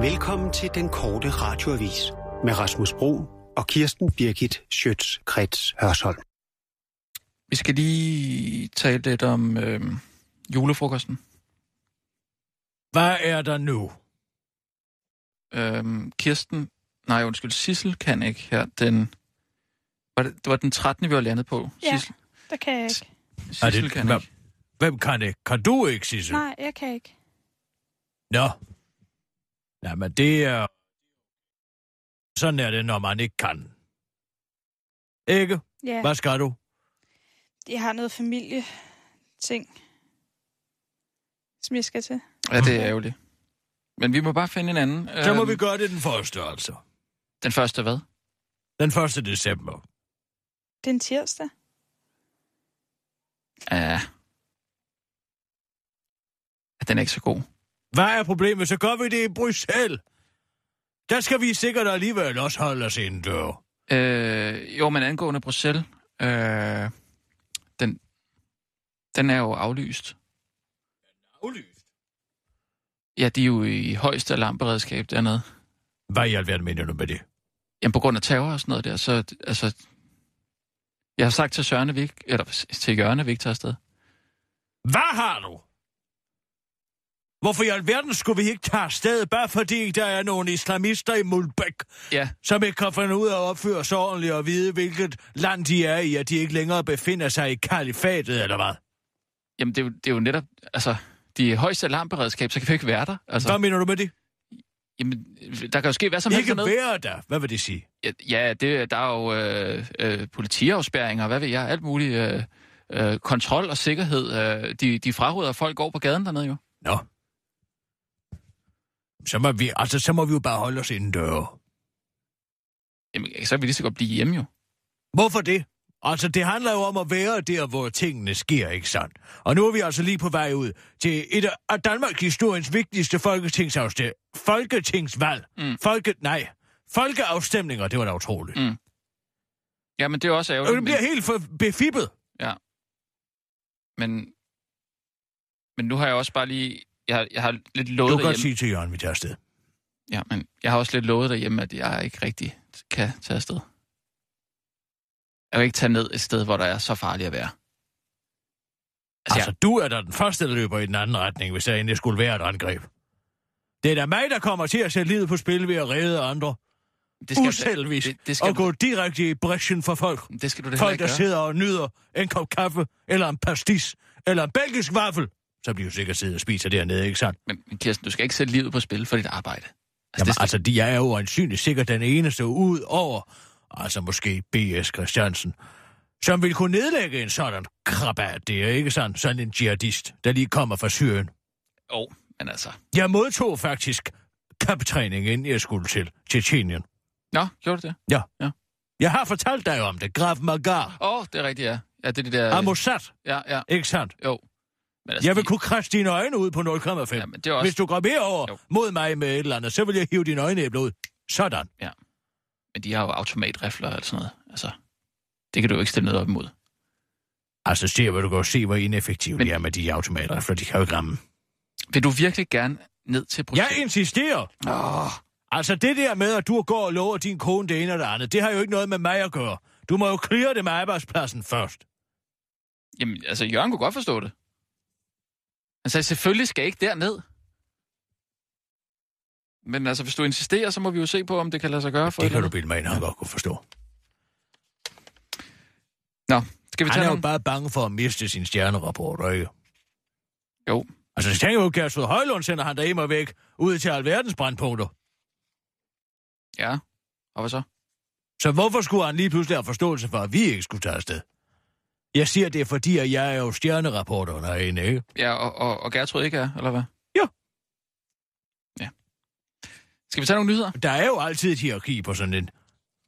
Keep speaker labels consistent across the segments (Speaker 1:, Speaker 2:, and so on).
Speaker 1: Velkommen til den korte radioavis med Rasmus Bro og Kirsten Birgit Schøtz-Krets Hørsholm.
Speaker 2: Vi skal lige tale lidt om øh, julefrokosten.
Speaker 3: Hvad er der nu?
Speaker 2: Øh, Kirsten, nej undskyld, Sissel kan ikke her. Den, var det, det var den 13. vi var landet på.
Speaker 4: Ja,
Speaker 2: Sissel,
Speaker 4: der kan jeg ikke.
Speaker 3: Er
Speaker 2: Sissel
Speaker 3: det-
Speaker 2: kan
Speaker 3: hvad-
Speaker 2: ikke.
Speaker 3: Hvem kan det? Kan du ikke, Sissel?
Speaker 4: Nej, jeg kan ikke.
Speaker 3: Nå. Jamen, det er... Sådan er det, når man ikke kan. Ikke?
Speaker 4: Ja,
Speaker 3: Hvad skal du?
Speaker 4: jeg har noget familie ting, som jeg skal til.
Speaker 2: Ja, det er ærgerligt. Men vi må bare finde en anden.
Speaker 3: Så må
Speaker 2: Øhm,
Speaker 3: vi gøre det den første, altså.
Speaker 2: Den første hvad?
Speaker 3: Den 1. december.
Speaker 4: Det er en tirsdag.
Speaker 2: Ja. Ja, Den er ikke så god.
Speaker 3: Hvad er problemet? Så gør vi det i Bruxelles. Der skal vi sikkert alligevel også holde os indendør.
Speaker 2: Øh, jo, men angående Bruxelles, øh, den, den er jo aflyst.
Speaker 3: Aflyst.
Speaker 2: Ja, de er jo i højeste alarmberedskab dernede.
Speaker 3: Hvad i alverden mener du med det?
Speaker 2: Jamen på grund af terror og sådan noget der, så altså... Jeg har sagt til Søren, at vi ikke, eller til Jørgen, at vi ikke tager afsted.
Speaker 3: Hvad har du? Hvorfor i alverden skulle vi ikke tage afsted, bare fordi der er nogle islamister i Mulbæk,
Speaker 2: Ja,
Speaker 3: som ikke kan finde ud af at opføre sig ordentligt og vide, hvilket land de er i, at de ikke længere befinder sig i kalifatet, eller hvad?
Speaker 2: jamen det er, jo, det er jo netop, altså, de er højeste alarmberedskab, så kan vi ikke være der. Altså,
Speaker 3: Hvad mener du med det?
Speaker 2: jamen, der kan jo ske hvad som helst
Speaker 3: Ikke
Speaker 2: dernede.
Speaker 3: være der. Hvad vil det sige?
Speaker 2: Ja, Ja, det, der er jo øh, øh, politiafspærringer, hvad ved jeg, alt muligt. Øh, øh, kontrol og sikkerhed. Øh, de, de fraråder, at folk går på gaden dernede jo.
Speaker 3: Nå. Så må vi, altså, så må vi jo bare holde os indendør.
Speaker 2: Jamen, så vil de så godt blive hjemme jo.
Speaker 3: Hvorfor det? Altså, det handler jo om at være der, hvor tingene sker, ikke sandt? Og nu er vi altså lige på vej ud til et af- af Danmarks historiens vigtigste folketingsafstemning. Folketingsvalg.
Speaker 2: Mm.
Speaker 3: Folke... Nej. Folkeafstemninger, det var da utroligt.
Speaker 2: Mm. Jamen, det er jo også
Speaker 3: Og
Speaker 2: ærgerligt.
Speaker 3: det bliver helt for befippet.
Speaker 2: Men, men, men nu har jeg også bare lige... Jeg, har- jeg har lidt
Speaker 3: Du
Speaker 2: lovet
Speaker 3: kan godt
Speaker 2: derhjemme.
Speaker 3: sige til Jørgen, vi tager afsted.
Speaker 2: Ja, men jeg har også lidt lovet derhjemme, at jeg ikke rigtig kan tage afsted. Jeg vil ikke tage ned et sted, hvor der er så farligt at være. Altså,
Speaker 3: Altså, du er da den første, der løber i den anden retning, hvis der endelig skulle være et angreb. Det er da mig, der kommer til at sætte livet på spil ved at redde andre.
Speaker 2: jeg, det
Speaker 3: Uselvisk.
Speaker 2: Det, det, skal,
Speaker 3: Og
Speaker 2: du,
Speaker 3: gå direkte i brechen for folk.
Speaker 2: det skal du da heller
Speaker 3: Folk,
Speaker 2: ikke
Speaker 3: der
Speaker 2: gøre.
Speaker 3: sidder og nyder en kop kaffe, eller en pastis, eller en belgisk vaffel, så bliver de jo sikkert siddet og spiser dernede, ikke sandt?
Speaker 2: Men men Kirsten, du skal ikke sætte livet på spil for dit arbejde. Altså,
Speaker 3: Jamen,
Speaker 2: det skal,
Speaker 3: altså, de er jo ansynligt sikkert den eneste ud over, altså måske B.S. Christiansen, som vil kunne nedlægge en sådan krabat, det er ikke sandt, sådan en jihadist, der lige kommer fra Syrien.
Speaker 2: jo, men altså...
Speaker 3: Jeg modtog faktisk kamptræning, inden jeg skulle til Tjetjenien.
Speaker 2: Nå, gjorde du det?
Speaker 3: Jeg har fortalt dig om det, Graf Magar,
Speaker 2: Åh, oh, det er rigtigt, ja. Ja, det er det der...
Speaker 3: af Mossad,
Speaker 2: Ja, ja,
Speaker 3: ikke sandt?
Speaker 2: jo. Men Øh. altså,
Speaker 3: Jeg vil
Speaker 2: de-
Speaker 3: kunne krasse dine øjne ud på 0,5.
Speaker 2: Ja, men det er også...
Speaker 3: Hvis du går herover
Speaker 2: Jo.
Speaker 3: jo. mod mig med et eller andet, så vil jeg hive dine øjenæbler ud. Sådan.
Speaker 2: Men de har jo automatrifler og sådan noget. Altså, det kan du jo ikke stille noget op imod.
Speaker 3: Altså, se, hvor du kan jo se, hvor ineffektive
Speaker 2: Men-
Speaker 3: de er med de automater, for de kan jo ikke ramme.
Speaker 2: Vil du virkelig gerne ned til
Speaker 3: Jeg
Speaker 2: Bruxelles?
Speaker 3: insisterer.
Speaker 2: Åh,
Speaker 3: Altså, det der med, at du går og lover din kone det ene og det andet, det har jo ikke noget med mig at gøre. Du må jo clear det med arbejdspladsen først.
Speaker 2: Jamen, altså, Jørgen kunne godt forstå det. Han sagde, selvfølgelig skal jeg ikke derned. Men altså, hvis du insisterer, så må vi jo se på, om det kan lade sig gøre for
Speaker 3: Det kan
Speaker 2: et
Speaker 3: du
Speaker 2: eller
Speaker 3: bilde mig ind, han godt kunne forstå.
Speaker 2: andet. Nå, skal vi
Speaker 3: Han
Speaker 2: tage
Speaker 3: er jo
Speaker 2: nogle...
Speaker 3: bare bange for at miste sin stjernerapport, ikke?
Speaker 2: Jo.
Speaker 3: Altså, så tænker jeg jo, Gertrud Højlund sender han dig og væk ud til alverdens brandpunkter.
Speaker 2: Ja, og hvad så?
Speaker 3: Så hvorfor skulle han lige pludselig have forståelse for, at vi ikke skulle tage afsted? Jeg siger det, er fordi at jeg er jo stjernerapporter under en, ikke?
Speaker 2: Ja, og, og, og Gertrud ikke er, eller hvad?
Speaker 3: Jo.
Speaker 2: Ja. Skal vi tage nogle nyheder?
Speaker 3: Der er jo altid et hierarki på sådan en.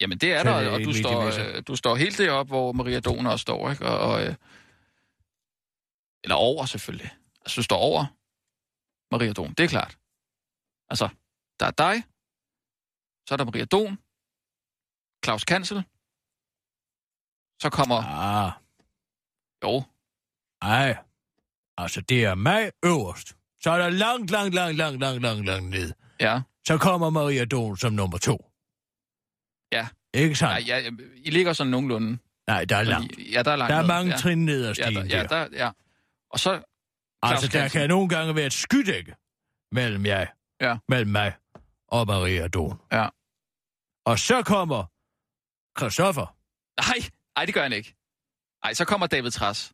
Speaker 2: Jamen, det er
Speaker 3: Så
Speaker 2: der,
Speaker 3: er det
Speaker 2: og
Speaker 3: en
Speaker 2: du står,
Speaker 3: mediemesse.
Speaker 2: øh, du står helt deroppe, hvor Maria Doner også står, ikke? Og, og, øh, eller over, selvfølgelig. Altså, du står over Maria Don, det er klart. Altså, der er dig, så er der Maria Don, Claus Kansel, så kommer...
Speaker 3: Ah,
Speaker 2: Jo,
Speaker 3: ej. Altså, det er mig øverst. Så er der langt, langt, langt, langt, langt, langt, langt ned.
Speaker 2: ja,
Speaker 3: så kommer Maria Don som nummer to.
Speaker 2: Ja.
Speaker 3: Ikke sandt?
Speaker 2: Nej, ja, I ligger sådan nogenlunde.
Speaker 3: Nej, der er
Speaker 2: Fordi-
Speaker 3: langt.
Speaker 2: Ja, der er langt.
Speaker 3: Der er
Speaker 2: ned.
Speaker 3: mange
Speaker 2: ja.
Speaker 3: trin ned ad
Speaker 2: ja,
Speaker 3: stigen
Speaker 2: der, ja, der,
Speaker 3: der.
Speaker 2: ja. Og så,
Speaker 3: Altså,
Speaker 2: Claus
Speaker 3: der
Speaker 2: Hansen.
Speaker 3: kan nogle gange være et skydække mellem jeg,
Speaker 2: Ja.
Speaker 3: mellem mig og Maria Don.
Speaker 2: Ja.
Speaker 3: Og så kommer Christoffer.
Speaker 2: nej, nej, det gør han ikke. Nej, så kommer David Træs.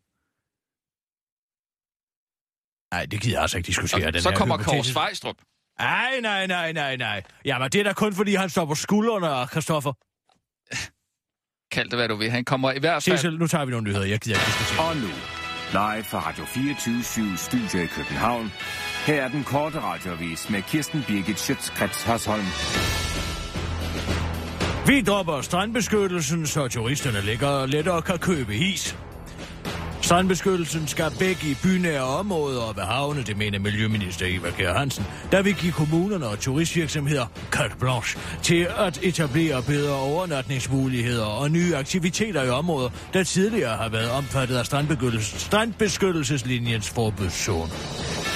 Speaker 3: Nej, det gider jeg altså ikke diskutere. den
Speaker 2: Og, så
Speaker 3: her
Speaker 2: kommer Kåre
Speaker 3: hypotetiske-
Speaker 2: Svejstrup.
Speaker 3: Nej, nej, nej, nej, nej. Jamen, det er da kun fordi, han står på skuldrene, Christoffer.
Speaker 2: Kald det, hvad du vil. Han kommer i hvert fald...
Speaker 3: Cecil, nu tager vi nogle nyheder. Jeg gider ikke diskutere.
Speaker 5: Og nu, live fra Radio 24 Studio i København. Her er den korte radiovis med Kirsten Birgit Schøtzgrads Hasholm.
Speaker 3: Vi dropper strandbeskyttelsen, så turisterne ligger lettere kan købe is. Strandbeskyttelsen skal væk i bynære områder og ved havne, det mener Miljøminister Eva Kjær Hansen, da vi give kommunerne og turistvirksomheder carte blanche til at etablere bedre overnatningsmuligheder og nye aktiviteter i områder, der tidligere har været omfattet af strandbeskyttelses- strandbeskyttelseslinjens forbudszone.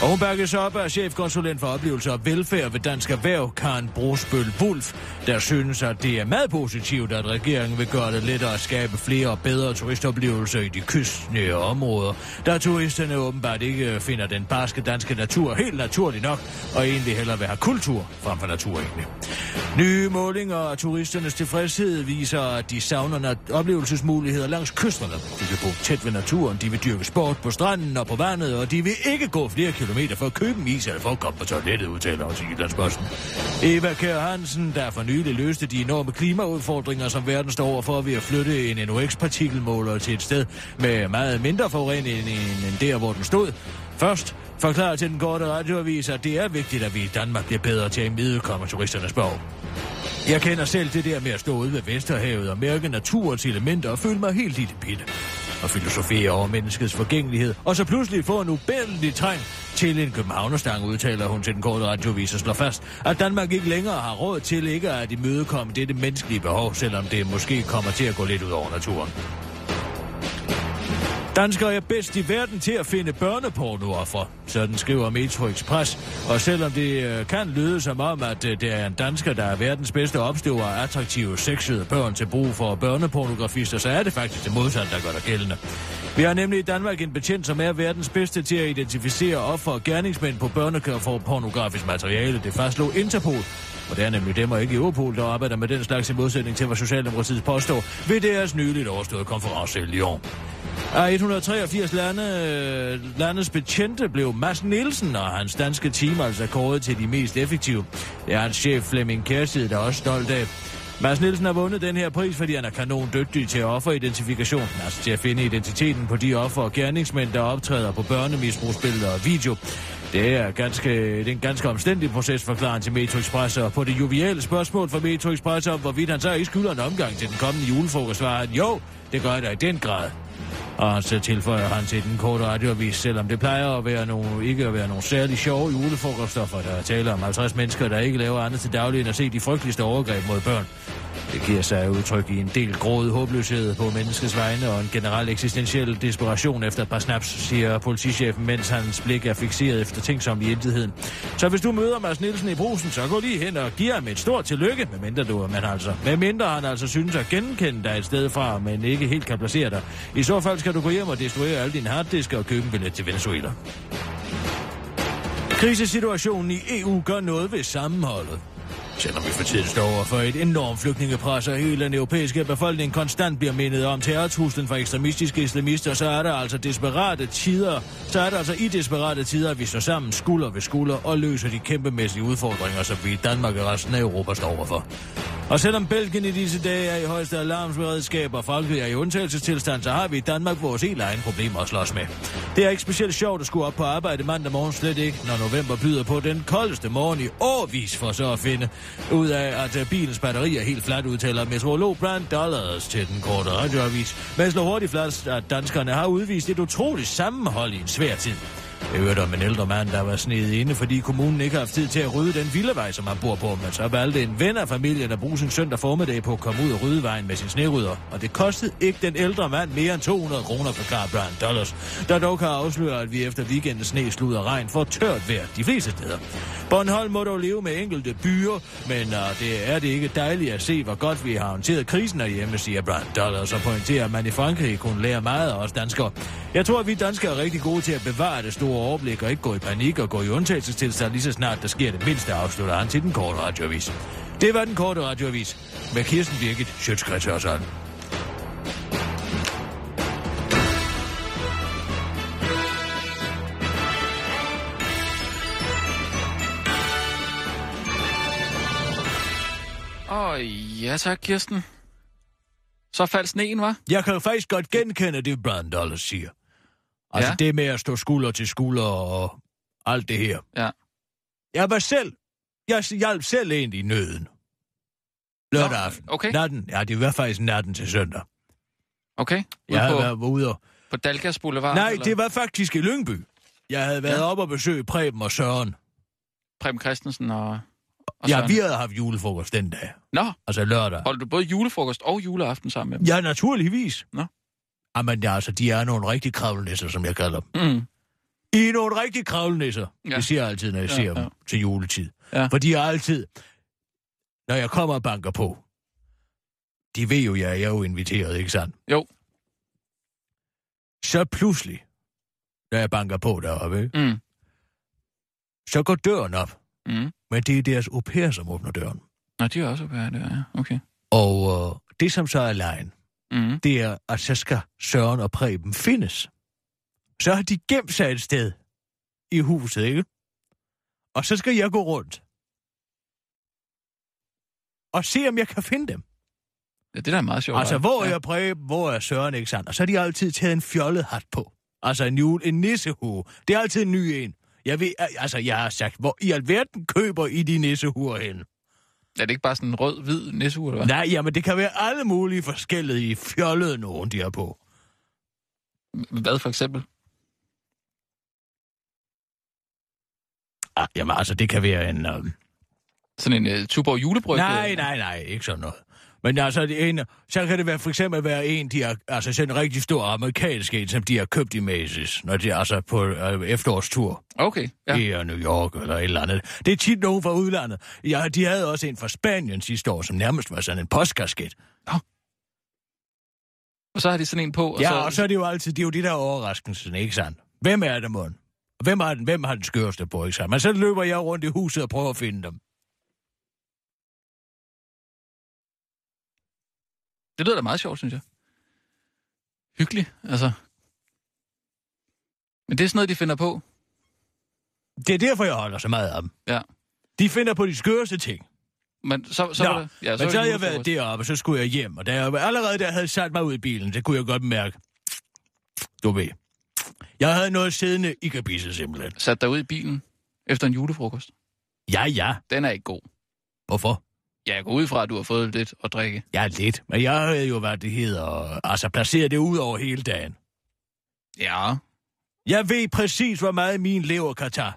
Speaker 3: Og hun bakkes op af chefkonsulent for oplevelse og velfærd ved Dansk Erhverv, Karen Brosbøl Wulf, der synes, at det er meget positivt, at regeringen vil gøre det lettere at skabe flere og bedre turistoplevelser i de kystnære områder, da turisterne åbenbart ikke finder den barske danske natur helt naturlig nok, og egentlig hellere vil have kultur frem for natur egentlig. Nye målinger af turisternes tilfredshed viser, at de savner nat- oplevelsesmuligheder langs kysterne. De vil bo tæt ved naturen, de vil dyrke sport på stranden og på vandet, og de vil ikke gå flere kilometer for at købe en is eller for at komme på toilettet, udtaler også Jyllandsposten. Eva Kjær Hansen, der for nylig løste de enorme klimaudfordringer, som verden står overfor ved at flytte en NOx-partikelmåler til et sted med meget mindre forurening end end der, hvor den stod. Først forklarer til den korte radioavis, at det er vigtigt, at vi i Danmark bliver bedre til at imødekomme turisternes behov. Jeg kender selv det der med at stå ude ved Vesterhavet og mærke naturens elementer og føle mig helt lille bitte. Og filosofere over menneskets forgængelighed, og så pludselig få en ubærlig trang til en københavnerstang, udtaler hun til den korte radiovis og slår fast, at Danmark ikke længere har råd til ikke at imødekomme dette menneskelige behov, selvom det måske kommer til at gå lidt ud over naturen. Danskere er bedst i verden til at finde børnepornooffer, sådan skriver Metro Express. Og selvom det øh, kan lyde som om, at øh, det er en dansker, der er verdens bedste opstøver af attraktive sexede børn til brug for børnepornografister, så er det faktisk det modsatte, der gør der gældende. Vi har nemlig i Danmark en betjent, som er verdens bedste til at identificere offer og gerningsmænd på børnekør for pornografisk materiale. Det fastslog Interpol, og det er nemlig dem og ikke Europol, der arbejder med den slags i modsætning til, hvad Socialdemokratiet påstår ved deres nyligt overståede konference i Lyon. Af 183 lande, øh, landets betjente blev Mads Nielsen og hans danske team altså kåret til de mest effektive. Det er hans chef Flemming Kjærside, der er også stolt af. Mads Nielsen har vundet den her pris, fordi han er kanon dygtig til offeridentifikation, altså til at finde identiteten på de offer og gerningsmænd, der optræder på børnemisbrugsbilleder og video. Det er, ganske, det er en ganske omstændig proces, forklarer han til Metro Express, og på det joviale spørgsmål fra Metro Express om, hvorvidt han så ikke skylder en omgang til den kommende julefrokost, svarer han, jo, det gør jeg da i den grad. Og så tilføjer han til den korte radioavis, selvom det plejer at være nogle, ikke at være nogle særlig sjove julefrokoster, for der er tale om 50 mennesker, der ikke laver andet til daglig end at se de frygteligste overgreb mod børn. Det giver sig udtryk i en del gråd håbløshed på menneskets vegne og en generel eksistentiel desperation efter et par snaps, siger politichefen, mens hans blik er fixeret efter tænksom i intetheden. Så hvis du møder Mads Nielsen i brusen, så gå lige hen og giv ham et stort tillykke, medmindre du men altså. Medmindre han altså synes at genkende dig et sted fra, men ikke helt kan placere dig. I så fald skal du gå hjem og destruere alle dine harddiske og købe en billet til Venezuela. Krisesituationen i EU gør noget ved sammenholdet. Selvom vi for tiden står over for et enormt flygtningepres, og hele den europæiske befolkning konstant bliver mindet om terrortruslen fra ekstremistiske islamister, så er der altså desperate tider, så er der altså i desperate tider, at vi står sammen skulder ved skulder og løser de kæmpemæssige udfordringer, som vi i Danmark og resten af Europa står overfor. Og selvom Belgien i disse dage er i højeste alarmsberedskab og Frankrig er i undtagelsestilstand, så har vi i Danmark vores helt egne problemer at slås med. Det er ikke specielt sjovt at skulle op på arbejde mandag morgen, slet ikke, når november byder på den koldeste morgen i årvis for så at finde ud af, at øh, bilens batteri er helt fladt, udtaler meteorolog Brian Dollars til den korte radioavis. Men slår hurtigt fast, at danskerne har udvist et utroligt sammenhold i en svær tid. Jeg hørte om en ældre mand, der var snedet inde, fordi kommunen ikke har haft tid til at rydde den vildevej, som han bor på. Men så valgte en ven af familien at bruge sin søndag formiddag på at komme ud og rydde vejen med sin snerydder. Og det kostede ikke den ældre mand mere end 200 kroner, forklarer Brian Dollars, der dog kan afsløre, at vi efter weekendens sne, slud og regn får tørt vejr de fleste steder. Bornholm må dog leve med enkelte byer, men uh, det er det ikke dejligt at se, hvor godt vi har håndteret krisen herhjemme, siger Brian Dollars og pointerer, at man i Frankrig kunne lære meget af os danskere. Jeg tror, at vi danskere er rigtig gode til at bevare det store overblik og ikke gå i panik og gå i undtagelsestilstand lige så snart der sker det mindste, afslutter han til den korte radioavis. Det var den korte radioavis med Kirsten Birgit Sjøtskrets Hørsholm.
Speaker 2: Åh, ja tak, Kirsten. Så faldt sneen, var?
Speaker 3: Jeg kan jo faktisk godt genkende det, Brian Dollars siger. Altså
Speaker 2: Ja.
Speaker 3: det med at stå skulder til skulder og alt det her.
Speaker 2: Ja.
Speaker 3: Jeg var selv... Jeg s- hjalp selv en i nøden. Lørdag aften.
Speaker 2: okay.
Speaker 3: Natten. Ja, det var faktisk natten til søndag.
Speaker 2: Okay. Ude
Speaker 3: Jeg havde
Speaker 2: på,
Speaker 3: været ude og...
Speaker 2: på Dalgas Boulevard?
Speaker 3: Nej,
Speaker 2: eller
Speaker 3: det var faktisk i Lyngby. Jeg havde været
Speaker 2: Ja.
Speaker 3: ja. op og besøge Preben og Søren.
Speaker 2: Preben Christensen og, og
Speaker 3: Ja,
Speaker 2: Søren.
Speaker 3: vi havde haft julefrokost den dag.
Speaker 2: Nå,
Speaker 3: Altså lørdag.
Speaker 2: holdt du både julefrokost og juleaften sammen med dem?
Speaker 3: Ja, naturligvis.
Speaker 2: Nå.
Speaker 3: Jamen, ja, altså, de er nogle rigtig kravlenæsser, som jeg kalder dem.
Speaker 2: Mm.
Speaker 3: I er nogle rigtig kravlenæsser.
Speaker 2: Ja.
Speaker 3: Ja. Det siger jeg altid, når jeg
Speaker 2: Ja,
Speaker 3: ja, ser
Speaker 2: ja.
Speaker 3: dem til juletid.
Speaker 2: Ja.
Speaker 3: For de er altid... Når jeg kommer og banker på, de ved jo, jeg er jo inviteret, ikke sandt?
Speaker 2: Jo.
Speaker 3: Så pludselig, når jeg banker på deroppe, ikke?
Speaker 2: Mm.
Speaker 3: så går døren op.
Speaker 2: Mm.
Speaker 3: Men det er deres au pair, som åbner døren.
Speaker 2: Nå, de er også oppe her, det er, ja. Okay.
Speaker 3: Og øh, det, som så er lejen,
Speaker 2: Mm.
Speaker 3: det er, at så skal Søren og Preben findes. Så har de gemt sig et sted i huset, ikke? Og så skal jeg gå rundt og se, om jeg kan finde dem.
Speaker 2: Ja, det der er meget sjovt.
Speaker 3: Altså,
Speaker 2: hva'?
Speaker 3: hvor
Speaker 2: ja.
Speaker 3: er Preben, hvor er Søren, ikke sandt? Og så har de altid taget en fjollet hat på. Altså, en, jule, en nissehue. Det er altid en ny en. Jeg ved, al- altså, jeg har sagt, hvor i alverden køber I de nissehuer hen?
Speaker 2: Er det ikke bare sådan en rød-hvid nisseur, eller hvad?
Speaker 3: Nej, jamen, det kan være alle mulige forskellige fjollede nogen, de har på.
Speaker 2: Hvad for eksempel?
Speaker 3: Ah, jamen altså, det kan være en... Øh...
Speaker 2: Sådan en uh, Tuborg julebryg?
Speaker 3: Nej, nej, nej, ikke sådan noget. Men altså, det er en, så kan det være, for eksempel være en, de har, altså sådan en rigtig stor amerikansk en, som de har købt i Macy's, når de er altså på øh, efterårstur
Speaker 2: Okay, ja.
Speaker 3: ja. i øh, New York eller et eller andet. Det er tit nogen fra udlandet. Ja, de havde også en fra Spanien sidste år, som nærmest var sådan en postkasket.
Speaker 2: Og så har de sådan en på, og
Speaker 3: Ja,
Speaker 2: så...
Speaker 3: og så er det jo altid, det er jo de der overraskelsen, ikke sandt? Hvem er det, mon? Hvem har, den, hvem har den skørste på, ikke sandt? Men så løber jeg rundt i huset og prøver at finde dem.
Speaker 2: Det lyder da meget sjovt, synes jeg. Hyggeligt, altså. Men det er sådan noget, de finder på.
Speaker 3: Det er derfor, jeg holder så meget af dem.
Speaker 2: Ja.
Speaker 3: De finder på de skøreste ting.
Speaker 2: Men så, så
Speaker 3: Nå,
Speaker 2: var det... Ja,
Speaker 3: Så men
Speaker 2: var
Speaker 3: så
Speaker 2: det
Speaker 3: havde jeg været
Speaker 2: julefrokost.
Speaker 3: deroppe, og så skulle jeg hjem. Og da jeg allerede der havde sat mig ud i bilen, det kunne jeg godt mærke. Du ved. Jeg havde noget siddende i kabisse simpelthen.
Speaker 2: Sat dig ud i bilen efter en julefrokost.
Speaker 3: Ja, ja.
Speaker 2: Den er ikke god.
Speaker 3: Hvorfor?
Speaker 2: Ja, jeg går ud fra, at du har fået lidt at drikke.
Speaker 3: Ja, lidt. Men jeg havde jo, hvad det hedder, altså placeret det ud over hele dagen.
Speaker 2: Ja.
Speaker 3: Jeg ved præcis, hvor meget min lever kan tage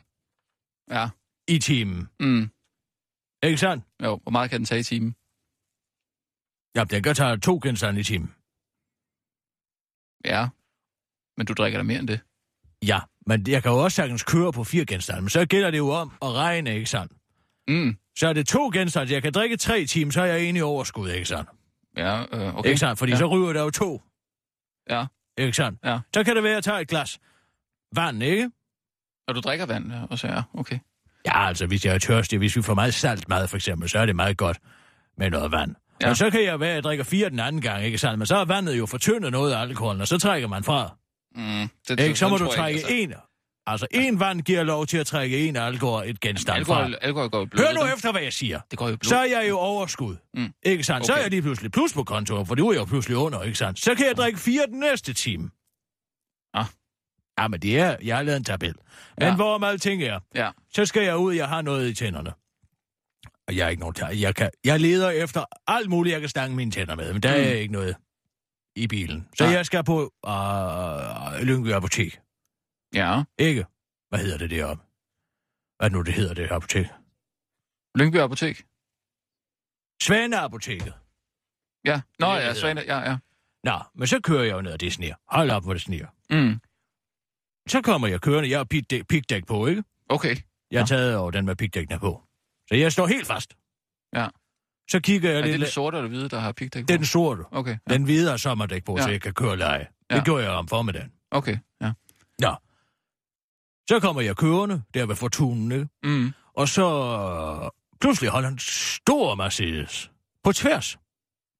Speaker 2: Ja.
Speaker 3: i timen.
Speaker 2: Mm.
Speaker 3: Ikke sandt?
Speaker 2: Jo, hvor meget kan den tage i timen?
Speaker 3: Ja, den kan tage to genstande i timen.
Speaker 2: Ja. Men du drikker da mere end det.
Speaker 3: Ja, men jeg kan jo også sagtens køre på fire genstande, men så gælder det jo om at regne, ikke sandt?
Speaker 2: Mm.
Speaker 3: Så er det to genstande, jeg kan drikke tre timer, så er jeg egentlig overskud, ikke sandt?
Speaker 2: Ja, øh, okay.
Speaker 3: Okay. Ikke sandt? Fordi
Speaker 2: ja.
Speaker 3: ja. så ryger der jo to.
Speaker 2: Ja.
Speaker 3: Ikke sandt?
Speaker 2: Ja.
Speaker 3: Så kan det være, at jeg tager et glas vand, ikke?
Speaker 2: Og du drikker vand, ja, og så ja, okay.
Speaker 3: Ja, altså, hvis jeg er tørstig, hvis vi får meget salt mad, for eksempel, så er det meget godt med noget vand.
Speaker 2: Ja.
Speaker 3: Ja. Men så kan jeg være, at jeg drikker fire den anden gang, ikke sandt? Men så er vandet jo fortyndet noget af alkoholen, og så trækker man fra.
Speaker 2: Mm. Det,
Speaker 3: Ikke? Så
Speaker 2: sådan
Speaker 3: må du
Speaker 2: tror jeg
Speaker 3: trække
Speaker 2: ikke,
Speaker 3: en. Altså, en vand giver lov til at trække en alkohol et genstand
Speaker 2: Alkohol, alkohol går i
Speaker 3: fra.
Speaker 2: blodet.
Speaker 3: Hør nu
Speaker 2: ikke?
Speaker 3: efter, hvad jeg siger.
Speaker 2: Det går jo i blodet.
Speaker 3: så er jeg jo overskud.
Speaker 2: Mm.
Speaker 3: Mm. Ikke sandt? Okay. Så er
Speaker 2: Okay. Mm.
Speaker 3: jeg lige pludselig plus på kontoen, for nu er jeg jo pludselig under, ikke sandt? Så kan jeg drikke fire den næste time.
Speaker 2: Ah.
Speaker 3: Ja, men det er, jeg har lavet en tabel. Men
Speaker 2: Ja.
Speaker 3: ja. hvorom alting er,
Speaker 2: Ja.
Speaker 3: så skal jeg ud, jeg har noget i tænderne. Og jeg er ikke nogen tæ- jeg, kan, jeg leder efter alt muligt, jeg kan stange mine tænder med, men der mm. er
Speaker 2: Mm.
Speaker 3: ikke noget i bilen. Så
Speaker 2: Nej.
Speaker 3: jeg skal på øh, Lyngby Apotek.
Speaker 2: Ja,
Speaker 3: Ikke? Hvad hedder det deroppe? Hvad er det nu, det hedder det her apotek?
Speaker 2: Lyngby Apotek.
Speaker 3: Svaneapoteket.
Speaker 2: Ja. Nå,
Speaker 3: Det er det,
Speaker 2: ja,
Speaker 3: det
Speaker 2: Svane, ja, ja.
Speaker 3: Nå, men så kører jeg jo ned, og det sniger. Hold op, hvor det sniger.
Speaker 2: Mm.
Speaker 3: Så kommer jeg kørende, jeg har pigdæk, pigdæk på, ikke?
Speaker 2: Okay.
Speaker 3: Jeg har
Speaker 2: Nå.
Speaker 3: taget over den med pigdækkene på. Så jeg står helt fast.
Speaker 2: Ja.
Speaker 3: Så kigger jeg
Speaker 2: Er
Speaker 3: lidt...
Speaker 2: det den
Speaker 3: la-
Speaker 2: sorte eller hvide, der har pigdæk på?
Speaker 3: den sorte.
Speaker 2: Okay, ja.
Speaker 3: Den hvide har sommerdæk på, ja. så
Speaker 2: Ja.
Speaker 3: jeg kan køre leje. Det
Speaker 2: Ja.
Speaker 3: gjorde jeg om formiddagen.
Speaker 2: Okay, ja.
Speaker 3: Så kommer jeg kørende, der ved fortunen, ikke?
Speaker 2: Mm.
Speaker 3: Og så øh, pludselig holder en stor Mercedes på tværs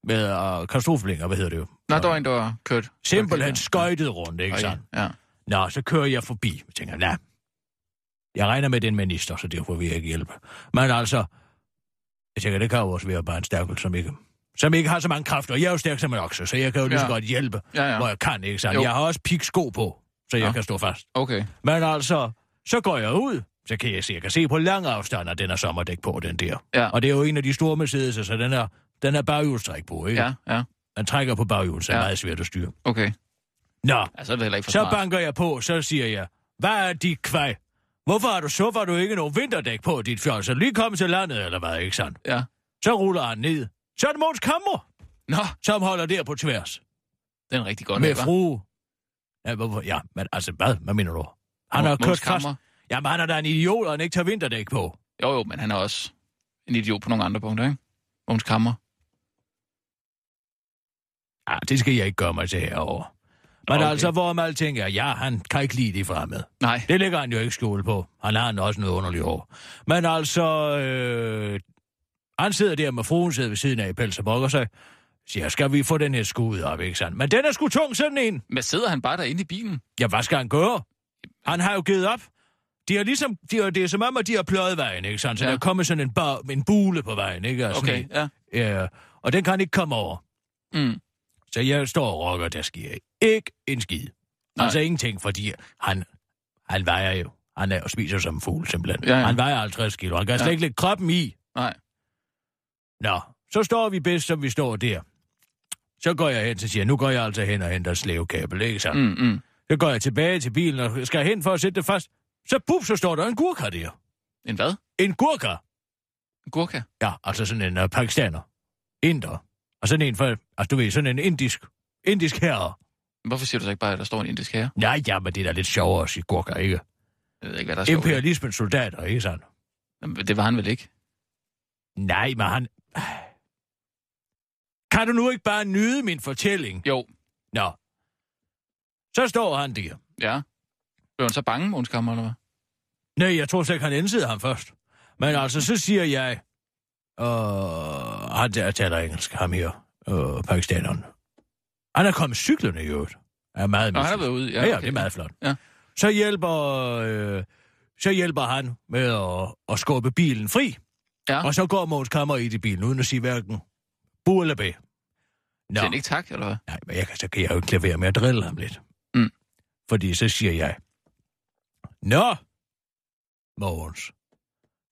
Speaker 3: med uh, katastrofelænger, hvad hedder det jo?
Speaker 2: Nå, der var en, der var kørt.
Speaker 3: Simpelthen
Speaker 2: Okay, ja.
Speaker 3: skøjtet rundt, ikke sandt?
Speaker 2: Ja.
Speaker 3: Nå, så kører jeg forbi. Jeg tænker, nej, jeg regner med, den minister, så derfor vil jeg ikke hjælpe. Men altså, jeg tænker, det kan jo også være bare en stærkel, som ikke, som ikke har så mange kræfter. Jeg er jo stærk som en okse, så jeg kan jo lige så
Speaker 2: Ja.
Speaker 3: godt hjælpe,
Speaker 2: Ja, ja.
Speaker 3: hvor jeg kan, ikke sandt?
Speaker 2: Jo.
Speaker 3: Jeg har også piksko på, så jeg
Speaker 2: Ja.
Speaker 3: kan stå fast.
Speaker 2: Okay.
Speaker 3: Men altså, så går jeg ud, så kan jeg se, jeg kan se på lang afstand, at den er sommerdæk på, den der.
Speaker 2: Ja.
Speaker 3: Og det er jo en af de store Mercedes, så den er, den er baghjulstræk på, ikke?
Speaker 2: Ja, ja.
Speaker 3: Den trækker på baghjul, så det er
Speaker 2: Ja.
Speaker 3: meget svært at styre.
Speaker 2: Okay.
Speaker 3: Nå,
Speaker 2: Altså, det er heller ikke for
Speaker 3: så
Speaker 2: smart.
Speaker 3: banker jeg på, så siger jeg, hvad er dit kvej? Hvorfor har du så var du ikke nogen vinterdæk på, dit fjol? Så lige kom til landet, eller hvad, ikke sandt?
Speaker 2: Ja.
Speaker 3: Så ruller han ned. Så er det Måns Kammer,
Speaker 2: Nå,
Speaker 3: som holder der på tværs.
Speaker 2: den er rigtig godt.
Speaker 3: med
Speaker 2: hva'?
Speaker 3: fru. Ja, hvorfor? ja, men altså, hvad, hvad mener du? Han har
Speaker 2: Mogens
Speaker 3: kørt fast.
Speaker 2: Kammer.
Speaker 3: Jamen, han er da en idiot, og han ikke tager vinterdæk på.
Speaker 2: Jo, jo, men han er også en idiot på nogle andre punkter, ikke? Mogens Kammer.
Speaker 3: Ja, Ah, det skal jeg ikke gøre mig til herover. Men
Speaker 2: okay.
Speaker 3: okay. altså, hvor man tænker, ja, han kan ikke lide de fremmede.
Speaker 2: Nej.
Speaker 3: Det lægger han jo ikke skjul på. Han har en også noget underligt hår. Men altså, øh, han sidder der med fruen sidder ved siden af i pels og brokker sig. Siger, skal vi få den her skud op, ikke sandt? Men den er sgu tung, sådan en.
Speaker 2: Men sidder han bare derinde i bilen?
Speaker 3: Ja, hvad skal han gøre? Han har jo givet op. De har ligesom, de har, det er som om, at de har pløjet vejen, ikke sandt? Så ja.
Speaker 2: Ja.
Speaker 3: der er kommet sådan en, bar, en bule på vejen, ikke? Og sådan
Speaker 2: Okay, ja.
Speaker 3: en- Ja, og den kan han ikke komme over.
Speaker 2: Mm.
Speaker 3: Så jeg står og rokker, der sker ikke en skid. Nej.
Speaker 2: Nej.
Speaker 3: Altså ingenting, fordi han, han vejer jo. Han er og spiser som en fugl, simpelthen.
Speaker 2: Ja, ja.
Speaker 3: Han vejer 50 kilo. Han kan
Speaker 2: Ja.
Speaker 3: ja. slet ikke lægge kroppen i.
Speaker 2: Nej.
Speaker 3: Nå, så står vi bedst, som vi står der. Så går jeg hen til siger, nu går jeg altså hen og henter slævekabel, ikke sant? Mm.
Speaker 2: Mm, mm.
Speaker 3: Så går jeg tilbage til bilen og skal hen for at sætte det fast. Så pup, så står der en gurka der.
Speaker 2: En hvad?
Speaker 3: En gurka.
Speaker 2: En gurka?
Speaker 3: Ja, altså sådan en uh, pakistaner. Inder. Og sådan en for, altså du ved, sådan en indisk, indisk herre.
Speaker 2: Hvorfor siger du så ikke bare, at der står en indisk herre?
Speaker 3: Nej, ja, men det er da lidt sjovere at sige gurker, ikke?
Speaker 2: Jeg ved ikke, hvad der står.
Speaker 3: Imperialismens soldater, ikke sandt?
Speaker 2: Jamen, Det var han vel ikke?
Speaker 3: Nej, men han... Kan du nu ikke bare nyde min fortælling?
Speaker 2: Jo,
Speaker 3: Nå. Så står han der.
Speaker 2: ja. Blev han så bange, Mogens Kammer, eller hvad?
Speaker 3: Nej, jeg tror slet ikke, han indsede ham først. Men altså, så siger jeg... Øh, han der taler engelsk, ham her. Øh, pakistaneren. Han er kommet cyklerne i øvrigt. Er meget
Speaker 2: Nå, han
Speaker 3: mystisk.
Speaker 2: har været ude.
Speaker 3: Ja, ja, det er meget flot.
Speaker 2: Ja.
Speaker 3: Så hjælper... Øh, så hjælper han med at, at skubbe bilen fri.
Speaker 2: Ja.
Speaker 3: Og så går Måns Kammer i bilen, uden at sige hverken bu eller bæ. Nå,
Speaker 2: Siger han ikke tak, eller hvad?
Speaker 3: nej, men jeg kan, så kan jeg jo ikke lade være med at drille ham lidt.
Speaker 2: Mm.
Speaker 3: Fordi så siger jeg, Nå, Måns,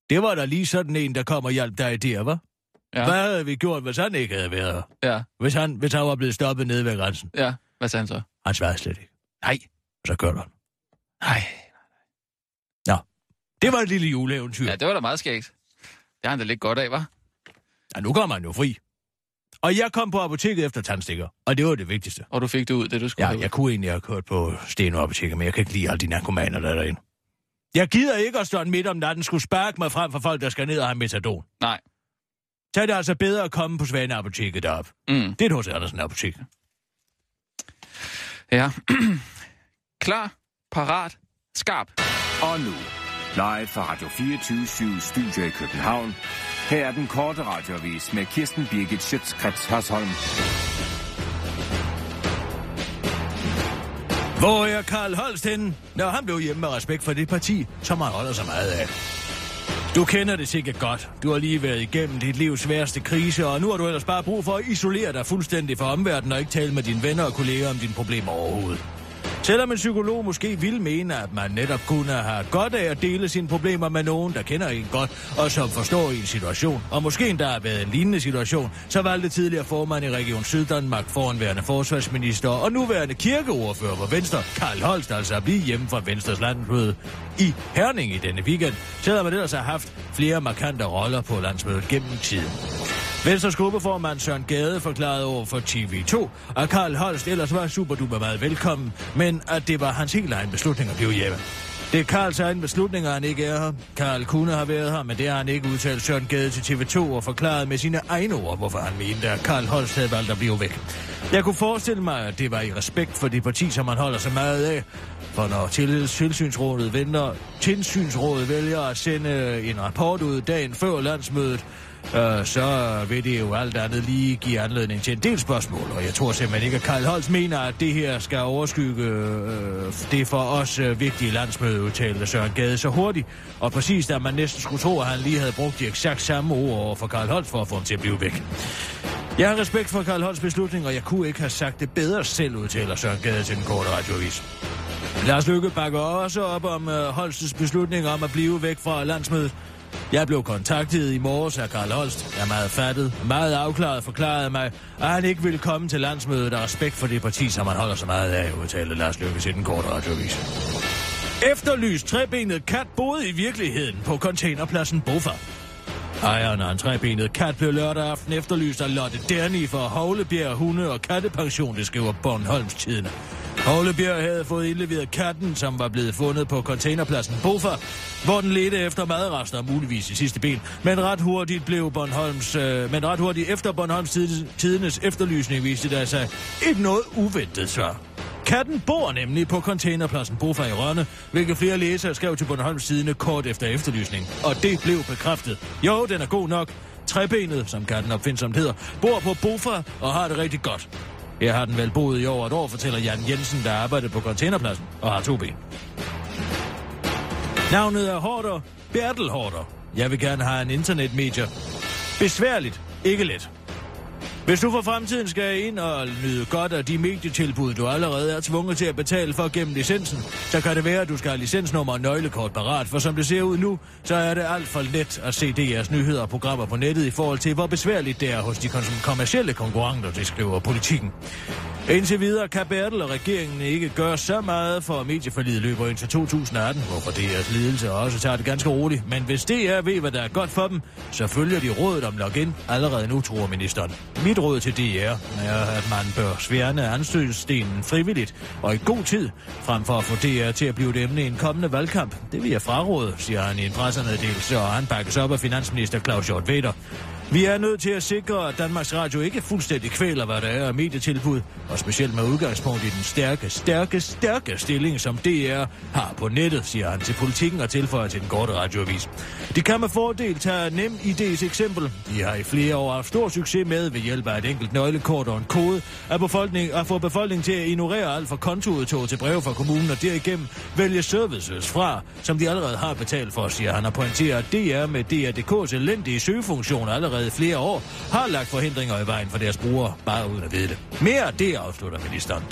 Speaker 3: det var da lige sådan en, der kom og hjalp dig der, hva'?
Speaker 2: Ja.
Speaker 3: Hvad havde vi gjort, hvis han ikke havde været her?
Speaker 2: Ja,
Speaker 3: Hvis han, hvis han var blevet stoppet nede ved grænsen?
Speaker 2: ja. Hvad sagde han så?
Speaker 3: Han svarede slet ikke.
Speaker 2: Nej.
Speaker 3: Og så kørte han.
Speaker 2: Nej.
Speaker 3: Det var et lille juleeventyr.
Speaker 2: Ja, det var da meget skægt. Det har han da lidt godt af, var.
Speaker 3: Ja, nu kommer han jo fri. Og jeg kom på apoteket efter tandstikker, og det var det vigtigste.
Speaker 2: Og du fik det ud, det du skulle
Speaker 3: Ja,
Speaker 2: have ud.
Speaker 3: jeg kunne egentlig have kørt på Steno apoteket, men jeg kan ikke lide alle de narkomaner, der er derinde. Jeg gider ikke at stå midt om natten skulle sparke mig frem for folk, der skal ned og have metadon.
Speaker 2: Nej.
Speaker 3: Så er det altså bedre at komme på Svane apoteket derop.
Speaker 2: Mm.
Speaker 3: Det er et H.C. Andersen apotek.
Speaker 2: Ja. Klar, parat, skarp.
Speaker 5: Og nu, live fra Radio 24 Studio i København. Her er den korte radiovis med Kirsten Birgit Schøtzgrads Hasholm.
Speaker 3: Hvor er Karl Holst henne? Nå, han blev hjemme med respekt for det parti, som han holder så meget af. Du kender det sikkert godt. Du har lige været igennem dit livs værste krise, og nu har du ellers bare brug for at isolere dig fuldstændig fra omverdenen og ikke tale med dine venner og kolleger om dine problemer overhovedet. Selvom en psykolog måske vil mene, at man netop kunne have godt af at dele sine problemer med nogen, der kender en godt, og som forstår en situation, og måske endda har været i en lignende situation, så valgte tidligere formand i Region Syddanmark, foranværende forsvarsminister og nuværende kirkeordfører for Venstre, Karl Holst, altså at blive hjemme fra Venstres landsmøde i Herning i denne weekend, selvom man ellers har haft flere markante roller på landsmødet gennem tiden. Venstres gruppeformand Søren Gade forklarede over for TV2, at Karl Holst ellers var superduper meget velkommen, men at det var hans helt egen beslutning at blive hjemme. Det er Karls egen beslutning, at han ikke er her. Karl kunne have været her, men det har han ikke udtalt Søren Gade til TV2 og forklaret med sine egne ord, hvorfor han mente, at Karl Holst havde valgt at blive væk. Jeg kunne forestille mig, at det var i respekt for det parti, som han holder så meget af. For når tillids- tilsynsrådet venter, tilsynsrådet vælger at sende en rapport ud dagen før landsmødet, øh, så vil det jo alt andet lige give anledning til en del spørgsmål, og jeg tror simpelthen ikke, at Karl Holst mener, at det her skal overskygge øh, det for os øh, vigtige landsmøde, udtalte Søren Gade så hurtigt, og præcis da man næsten skulle tro, at han lige havde brugt de eksakt samme ord over for Karl Holst for at få ham til at blive væk. Jeg har respekt for Karl Holsts beslutning, og jeg kunne ikke have sagt det bedre selv, udtaler Søren Gade til den korte radioavis. Lars Lykke bakker også op om øh, Holstes beslutning om at blive væk fra landsmødet. Jeg blev kontaktet i morges af Karl Holst, der meget fattet, meget afklaret forklarede mig, at han ikke ville komme til landsmødet af respekt for det parti, som han holder så meget af, udtalte Lars Lykke til den korte radioavis. Efterlyst trebenet kat boede i virkeligheden på containerpladsen Bofa. Ejeren af en trebenet kat blev lørdag aften efterlyst af Lotte Derni for Hoglebjerg Hunde- og Kattepension, det skriver Bornholms Tidene. Hoglebjerg havde fået indleveret katten, som var blevet fundet på containerpladsen Bofa, hvor den ledte efter madrester, muligvis i sidste ben. Men ret hurtigt blev Bornholms, øh, men ret hurtigt efter Bornholms Tidenes- Tidenes efterlysning viste der sig et noget uventet svar. Katten bor nemlig på containerpladsen Bofa i Rønne, hvilket flere læsere skrev til Bornholms siden kort efter efterlysning. Og det blev bekræftet. Jo, den er god nok. Trebenet, som katten opfindsomt hedder, bor på Bofa og har det rigtig godt. Her har den vel boet i over et år, fortæller Jan Jensen, der arbejder på containerpladsen og har to ben. Navnet er Horter, Bertel Horter. Jeg vil gerne have en internetmedier. Besværligt, ikke let. Hvis du for fremtiden skal ind og nyde godt af de medietilbud, du allerede er tvunget til at betale for gennem licensen, så kan det være, at du skal have licensnummer og nøglekort parat, for som det ser ud nu, så er det alt for let at se DR's nyheder og programmer på nettet i forhold til, hvor besværligt det er hos de kons- kommersielle konkurrenter, det skriver politikken. Indtil videre kan Bertel og regeringen ikke gøre så meget for at medieforliget løber ind til 2018, hvorfor DR's ledelse også tager det ganske roligt. Men hvis DR ved, hvad der er godt for dem, så følger de rådet om login allerede nu, tror ministeren. Mit råd til DR er, at man bør sværne ansøgningsstenen frivilligt og i god tid, frem for at få DR til at blive et emne i en kommende valgkamp. Det vil jeg fraråde, siger han i en pressemeddelelse, og han bakkes op af finansminister Claus Hjort Vedder. Vi er nødt til at sikre, at Danmarks Radio ikke fuldstændig kvæler, hvad der er af medietilbud, og specielt med udgangspunkt i den stærke, stærke, stærke stilling, som DR har på nettet, siger han til politikken og tilføjer til den korte radioavis. De kan med fordel tage nem idés eksempel. De har i flere år haft stor succes med ved hjælp af et enkelt nøglekort og en kode at, befolkning, at få befolkningen til at ignorere alt fra kontoudtog til brev fra kommunen og derigennem vælge services fra, som de allerede har betalt for, siger han og pointerer, at DR med DR.dk's elendige søgefunktion allerede i flere år har lagt forhindringer i vejen for deres brugere, bare uden at vide det. Mere af det afslutter ministeren.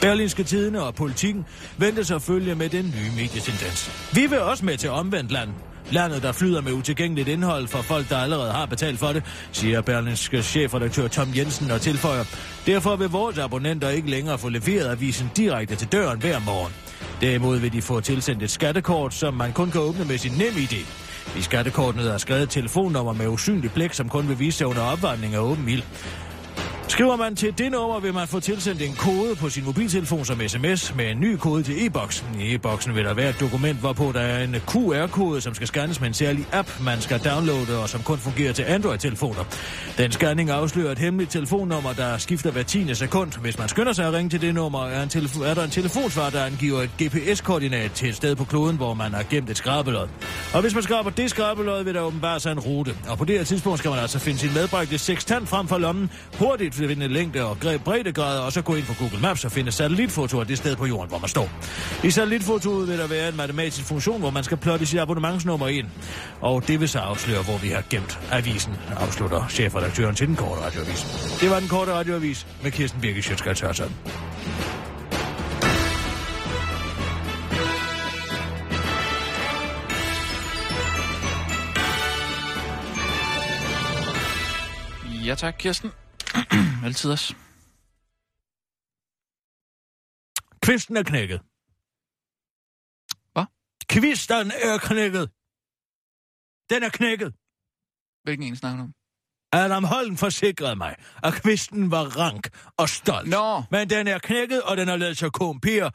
Speaker 3: Berlinske Tidene og politikken ventes at følge med den nye medietendens. Vi vil også med til omvendt land. Landet, der flyder med utilgængeligt indhold for folk, der allerede har betalt for det, siger Berlinske chefredaktør Tom Jensen og tilføjer. Derfor vil vores abonnenter ikke længere få leveret avisen direkte til døren hver morgen. Derimod vil de få tilsendt et skattekort, som man kun kan åbne med sin nem idé. I skattekortene er skrevet et telefonnummer med usynlig blæk, som kun vil vise sig under opvarmning af åben ild. Skriver man til det nummer, vil man få tilsendt en kode på sin mobiltelefon som sms med en ny kode til e-boksen. I e-boksen vil der være et dokument, hvorpå der er en QR-kode, som skal scannes med en særlig app, man skal downloade og som kun fungerer til Android-telefoner. Den scanning afslører et hemmeligt telefonnummer, der skifter hver 10. sekund. Hvis man skynder sig at ringe til det nummer, er, en telefo- er der en telefonsvar, der angiver et GPS-koordinat til et sted på kloden, hvor man har gemt et skrabelod. Og hvis man skraber det skrabelod, vil der åbenbart sig en rute. Og på det her tidspunkt skal man altså finde sin medbragte sextant frem for lommen, hurtigt finde længde og greb breddegrader, og så gå ind på Google Maps og finde satellitfotoer det sted på jorden, hvor man står. I satellitfotoet vil der være en matematisk funktion, hvor man skal plotte sit abonnementsnummer ind. Og det vil så afsløre, hvor vi har gemt avisen, afslutter chefredaktøren til den korte radioavis. Det var den korte radioavis med Kirsten Birgit Sjøtskrets
Speaker 2: Ja tak, Kirsten. Altid os.
Speaker 3: Kvisten er knækket.
Speaker 2: Hvad?
Speaker 3: Kvisten er knækket. Den er knækket.
Speaker 2: Hvilken en snakker du om?
Speaker 3: Adam Holm forsikrede mig, at kvisten var rank og stolt.
Speaker 2: Nå.
Speaker 3: Men den er knækket, og den har lavet sig kompere,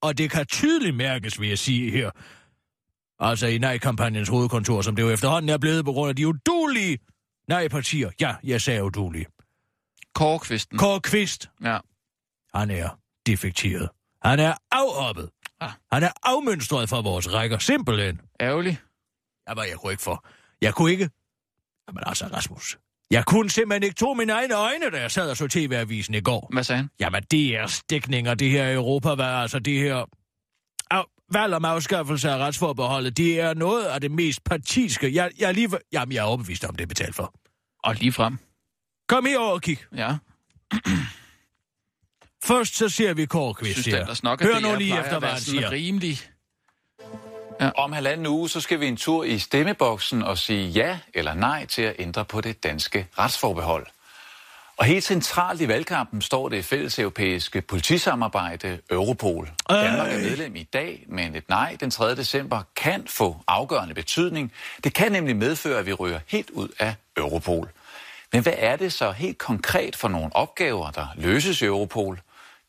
Speaker 3: og det kan tydeligt mærkes, vil jeg sige her. Altså i nej-kampagnens hovedkontor, som det jo efterhånden er blevet på grund af de udulige nej-partier. Ja, jeg sagde udulige.
Speaker 2: Mm. Kårekvisten.
Speaker 3: Kåre Kvist,
Speaker 2: ja.
Speaker 3: han er defekteret. Han er afhoppet.
Speaker 2: Ah.
Speaker 3: Han er afmønstret fra vores rækker, simpelthen.
Speaker 2: Ærgerlig.
Speaker 3: Jamen, jeg kunne ikke for. Jeg kunne ikke. Jamen altså, Rasmus. Jeg kunne simpelthen ikke tro mine egne øjne, da jeg sad og så tv-avisen i går.
Speaker 2: Hvad sagde han?
Speaker 3: Jamen, det er stikninger, det her Europa, hvad altså det her... Af, valg om afskaffelse af retsforbeholdet, det er noget af det mest partiske. Jeg, jeg, er lige, jamen, jeg er overbevist om, det er betalt for.
Speaker 2: Og lige frem.
Speaker 3: Kom her over og kig.
Speaker 2: Ja.
Speaker 3: Først så ser vi
Speaker 2: Jeg
Speaker 3: Kårekvist
Speaker 2: synes den
Speaker 3: her.
Speaker 2: der snakker,
Speaker 3: Hør nu lige efter, hvad han siger.
Speaker 2: rimelig.
Speaker 6: Om halvanden uge, så skal vi en tur i stemmeboksen og sige ja eller nej til at ændre på det danske retsforbehold. Og helt centralt i valgkampen står det fælleseuropæiske politisamarbejde Europol. Danmark er medlem i dag, men et nej den 3. december kan få afgørende betydning. Det kan nemlig medføre, at vi ryger helt ud af Europol. Men hvad er det så helt konkret for nogle opgaver, der løses i Europol?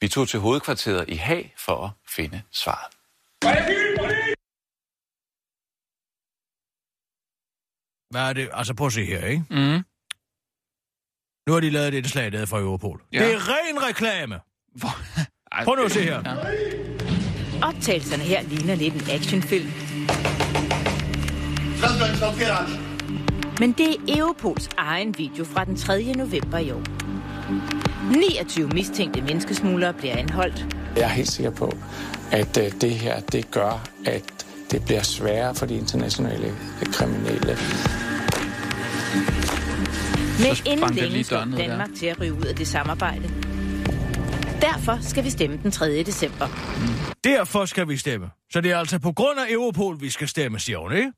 Speaker 6: Vi tog til hovedkvarteret i Haag for at finde svaret.
Speaker 3: Hvad er det? Altså, prøv at se her, ikke?
Speaker 2: Mm.
Speaker 3: Nu har de lavet et indslag nede fra Europol.
Speaker 2: Ja.
Speaker 3: Ja. Det er ren reklame.
Speaker 2: Hvor... Ej,
Speaker 3: Prøv nu at se her.
Speaker 2: Ja.
Speaker 7: Optagelserne her ligner lidt en actionfilm. Men det er Europols egen video fra den 3. november i år. 29 mistænkte menneskesmuglere bliver anholdt.
Speaker 8: Jeg er helt sikker på, at øh, det her det gør, at det bliver sværere for de internationale øh, kriminelle.
Speaker 2: Så
Speaker 7: Men inden
Speaker 2: sprang den lige
Speaker 7: længe står
Speaker 2: døren ned der.
Speaker 7: Danmark til at ryge ud af det samarbejde. Derfor skal vi stemme den 3. december.
Speaker 3: Derfor skal vi stemme. Så det er altså på grund af Europol, vi skal stemme, siger hun, ikke?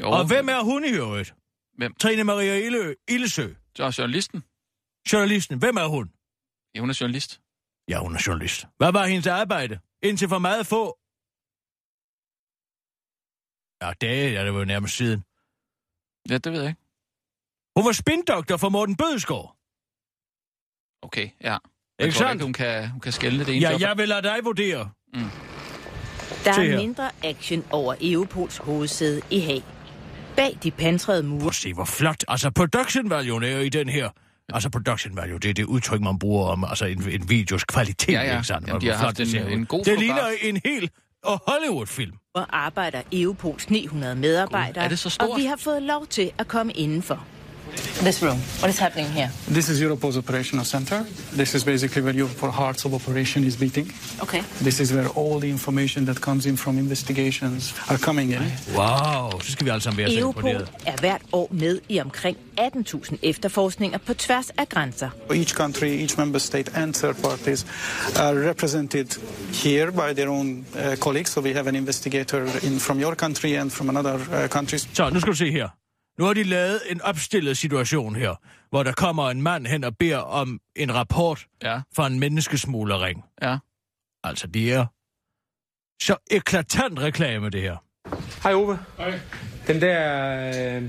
Speaker 2: Jo,
Speaker 3: Og hvem er hun i øvrigt?
Speaker 2: Hvem?
Speaker 3: Trine Maria Ille, Illesø,
Speaker 2: Så er journalisten.
Speaker 3: journalisten. Hvem er hun?
Speaker 2: Ja, hun er journalist.
Speaker 3: Ja, hun er journalist. Hvad var hendes arbejde? Indtil for meget få... Ja, det er det jo nærmest siden.
Speaker 2: Ja, det ved jeg ikke.
Speaker 3: Hun var spindoktor for Morten Bødskov.
Speaker 2: Okay, ja. Jeg
Speaker 3: Ikke
Speaker 2: tror da
Speaker 3: sandt?
Speaker 2: ikke, hun kan, hun kan skælne det ene
Speaker 3: Ja,
Speaker 2: job.
Speaker 3: jeg vil lade dig vurdere.
Speaker 7: Der
Speaker 3: Se
Speaker 7: er
Speaker 3: her.
Speaker 7: mindre action over Europols hovedsæde i Haag. Bag de pansrede mure
Speaker 3: Prøv at se, hvor flot. Altså, production value er i den her. Altså, production value, det er det udtryk, man bruger om altså, en, en videos kvalitet,
Speaker 2: Ja, ja.
Speaker 3: ikke sandt?
Speaker 2: Jamen, de
Speaker 3: Hvor
Speaker 2: har
Speaker 3: flot
Speaker 2: haft
Speaker 3: det
Speaker 2: en-
Speaker 3: ser ud.
Speaker 2: en god
Speaker 3: Det
Speaker 2: fotograf.
Speaker 3: ligner en hel og Hollywood-film.
Speaker 7: og arbejder Europols 900 medarbejdere,
Speaker 2: Gud, er det så stort?
Speaker 7: og vi har fået lov til at komme indenfor.
Speaker 9: This room. What is happening here?
Speaker 10: This is Europol's operational center. This is basically where Europol hearts of operation is beating.
Speaker 9: Okay.
Speaker 10: This is where all the information that comes in from investigations are coming in.
Speaker 3: Wow, så skal vi alle sammen være så
Speaker 7: Europol
Speaker 3: imponeret.
Speaker 7: er hvert år med i omkring 18.000 efterforskninger på tværs af grænser.
Speaker 10: Each country, each member state, and third parties are represented here by their own uh, colleagues. So we have an investigator in from your country and from another uh, countries.
Speaker 3: Så, nu skal du se her. Nu har de lavet en opstillet situation her, hvor der kommer en mand hen og beder om en rapport
Speaker 2: Ja,
Speaker 3: fra en menneskesmuglering.
Speaker 2: ja.
Speaker 3: Altså, det er så eklatant reklame, det her.
Speaker 11: Hej Ove. Hej. Den der øh,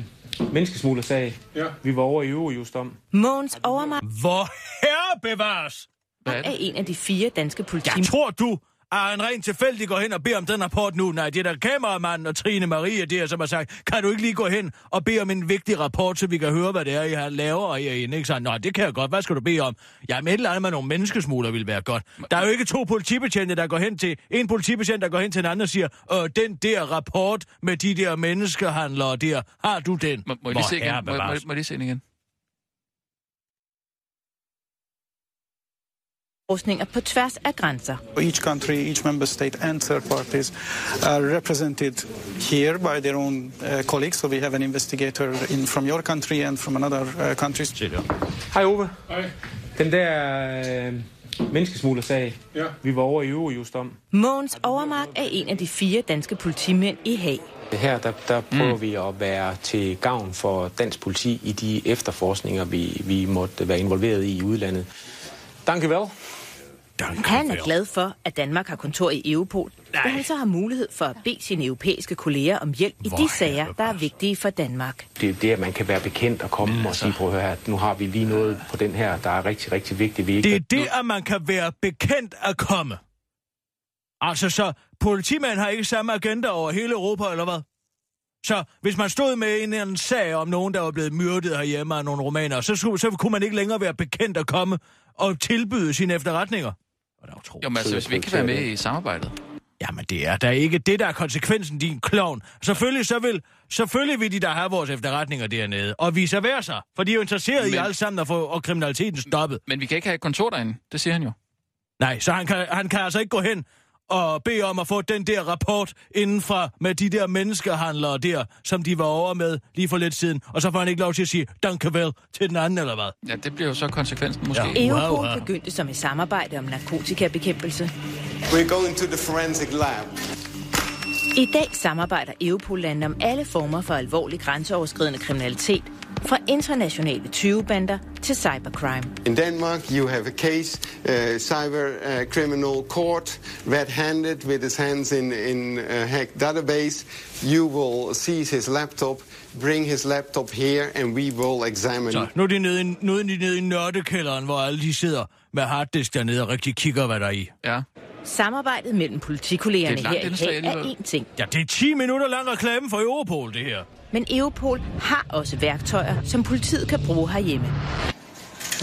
Speaker 11: menneskesmuglersag, ja. vi var over i Eurojust om.
Speaker 7: Måns Overmark
Speaker 3: Hvor herre bevares!
Speaker 2: Hvad er
Speaker 7: er
Speaker 2: det?
Speaker 7: en af de fire danske
Speaker 3: Jeg
Speaker 7: politimænd.
Speaker 3: tror du, at en ren tilfældig går hen og beder om den rapport nu? Nej, det er der kameramanden og Trine Marie der, som har sagt, kan du ikke lige gå hen og bede om en vigtig rapport, så vi kan høre, hvad det er, I har laver herinde? Ikke? Så, Nej, det kan jeg godt. Hvad skal du bede om? Jamen, et eller andet med nogle menneskesmugler ville være godt. Der er jo ikke to politibetjente, der går hen til... En politibetjent, der går hen til en anden og siger, øh, den der rapport med de der menneskehandlere der, har du den?
Speaker 2: Må, må jeg
Speaker 3: Vor
Speaker 2: lige se
Speaker 3: herre
Speaker 2: igen? Må, må,
Speaker 3: bevares.
Speaker 2: må jeg lige se den igen?
Speaker 7: Efterforskninger på tværs af grænser.
Speaker 10: Each country, each member state, and third parties are represented here by their own uh, colleagues. So we have an investigator in from your country and from another uh, countries.
Speaker 11: Hej Ove. Hej. Den der øh, Menneskesmuglersag. Ja. Vi var over i Eurojust om.
Speaker 7: Mogens Overmark er en af de fire danske politimænd i Haag.
Speaker 12: Her der, der prøver mm. vi at være til gavn for dansk politi i de efterforskninger, vi, vi måtte være involveret i i udlandet. Danke vel.
Speaker 7: Han er glad for, at Danmark har kontor i Europol, da han så har mulighed for at bede sine europæiske kolleger om hjælp i de sager, der er vigtige for Danmark.
Speaker 12: Det er jo det, at man kan være bekendt og komme og sige, prøv at høre her, nu har vi lige noget på den her, der er rigtig, rigtig vigtigt. Vi ikke
Speaker 3: Det er det, at man kan være bekendt at komme. Altså så, politimanden har ikke samme agenda over hele Europa, eller hvad? Så hvis man stod med en eller anden sag om nogen, der var blevet myrdet herhjemme af nogle romaner, så, skulle- så kunne man ikke længere være bekendt at komme og tilbyde sine efterretninger.
Speaker 2: Jo, men altså, hvis vi ikke kan være med i samarbejdet.
Speaker 3: Jamen, det er da ikke det, der er konsekvensen, din klovn. Selvfølgelig, så vil, selvfølgelig vil de da have vores efterretninger dernede, og vice versa, for de er jo interesserede men... i
Speaker 2: Men-
Speaker 3: alt sammen at få og kriminaliteten stoppet.
Speaker 2: Men vi kan ikke have et kontor derinde, det siger han jo.
Speaker 3: Nej, så han kan, han kan altså ikke gå hen og bede om at få den der rapport indenfra med de der menneskehandlere der, som de var over med lige for lidt siden, og så får han ikke lov til at sige, danke vel, til den anden eller hvad?
Speaker 2: Ja, det bliver jo så konsekvensen måske.
Speaker 7: Europol begyndte som et samarbejde om narkotikabekæmpelse.
Speaker 13: We're going to the forensic lab.
Speaker 7: I dag samarbejder Europol-landene om alle former for alvorlig grænseoverskridende kriminalitet, fra internationale 20-bander til cybercrime.
Speaker 13: In Denmark, you have a case, uh, cyber uh, criminal court, red-handed with his hands in in a hack database. You will seize his laptop, bring his laptop here, and we will examine.
Speaker 3: Så nu er de nede, i- nu er de nede i nørdekælderen, hvor alle de sidder med harddisk dernede og rigtig kigger, hvad der er i.
Speaker 2: Ja.
Speaker 7: Samarbejdet mellem politikollegerne her i Haag er en ting,
Speaker 3: Ja, det er 10 minutter lang reklame for Europol, det her.
Speaker 7: men Europol har også værktøjer, som politiet kan bruge herhjemme.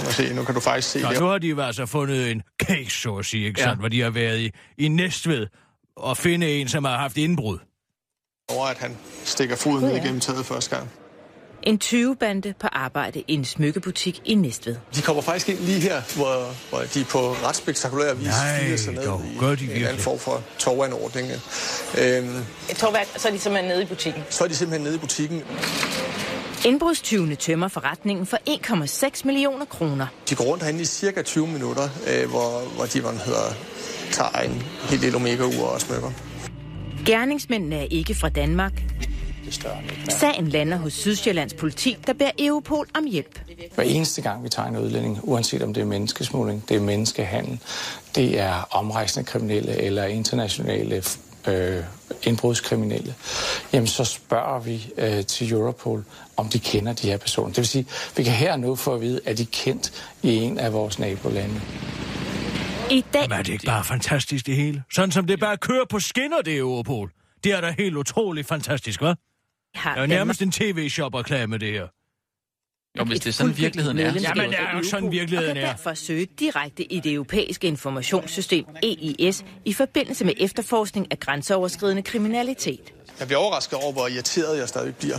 Speaker 10: Nu, se, nu kan du faktisk se
Speaker 3: Nå,
Speaker 10: det.
Speaker 3: nu har de jo altså fundet en case, så at sige, ikke
Speaker 10: Ja.
Speaker 3: ja. sandt, hvor de har været i, i Næstved og finde en, som har haft indbrud.
Speaker 10: over, at han stikker foden ned igennem taget første gang.
Speaker 7: En 20-bande på arbejde i en smykkebutik i Næstved.
Speaker 14: De kommer faktisk ind lige her, hvor, hvor de på ret spektakulær vis
Speaker 3: Nej,
Speaker 14: firer sig ned
Speaker 3: dog,
Speaker 14: i
Speaker 3: gør de
Speaker 14: en
Speaker 3: virkelig?
Speaker 14: eller anden form for tovanordning. Øhm,
Speaker 9: Et torværk, så er de simpelthen nede i butikken.
Speaker 14: så er de simpelthen nede i butikken.
Speaker 7: Indbrudstyvene tømmer forretningen for 1,6 millioner kroner.
Speaker 14: De går rundt herinde i cirka 20 minutter, øh, hvor, hvor de, hvad den hedder, tager en helt lille omega-ur og smykker.
Speaker 7: Gerningsmændene er ikke fra Danmark. Sagen lander hos Sydsjællands politi, der beder Europol om hjælp.
Speaker 8: Hver eneste gang, vi tager en udlænding, uanset om det er menneskesmugling, det er menneskehandel, det er omrejsende kriminelle eller internationale øh, indbrudskriminelle, jamen så spørger vi øh, til Europol, om de kender de her personer. Det vil sige, vi kan her og nu få at vide, at de er kendt i en af vores nabolande.
Speaker 7: I dag...
Speaker 3: Men er det ikke bare fantastisk det hele? Sådan som det bare kører på skinner, det Europol. Det er da helt utroligt fantastisk, hva'?
Speaker 7: Har
Speaker 3: Det er jo nærmest en tv-shop-reklame, det her.
Speaker 2: Jo, hvis det er sådan virkeligheden er.
Speaker 3: Jamen, det er jo sådan virkeligheden
Speaker 7: og kan
Speaker 3: er.
Speaker 7: derfor søge direkte i det europæiske informationssystem EIS i forbindelse med efterforskning af grænseoverskridende kriminalitet.
Speaker 14: Jeg bliver overrasket over, hvor irriteret jeg stadig bliver.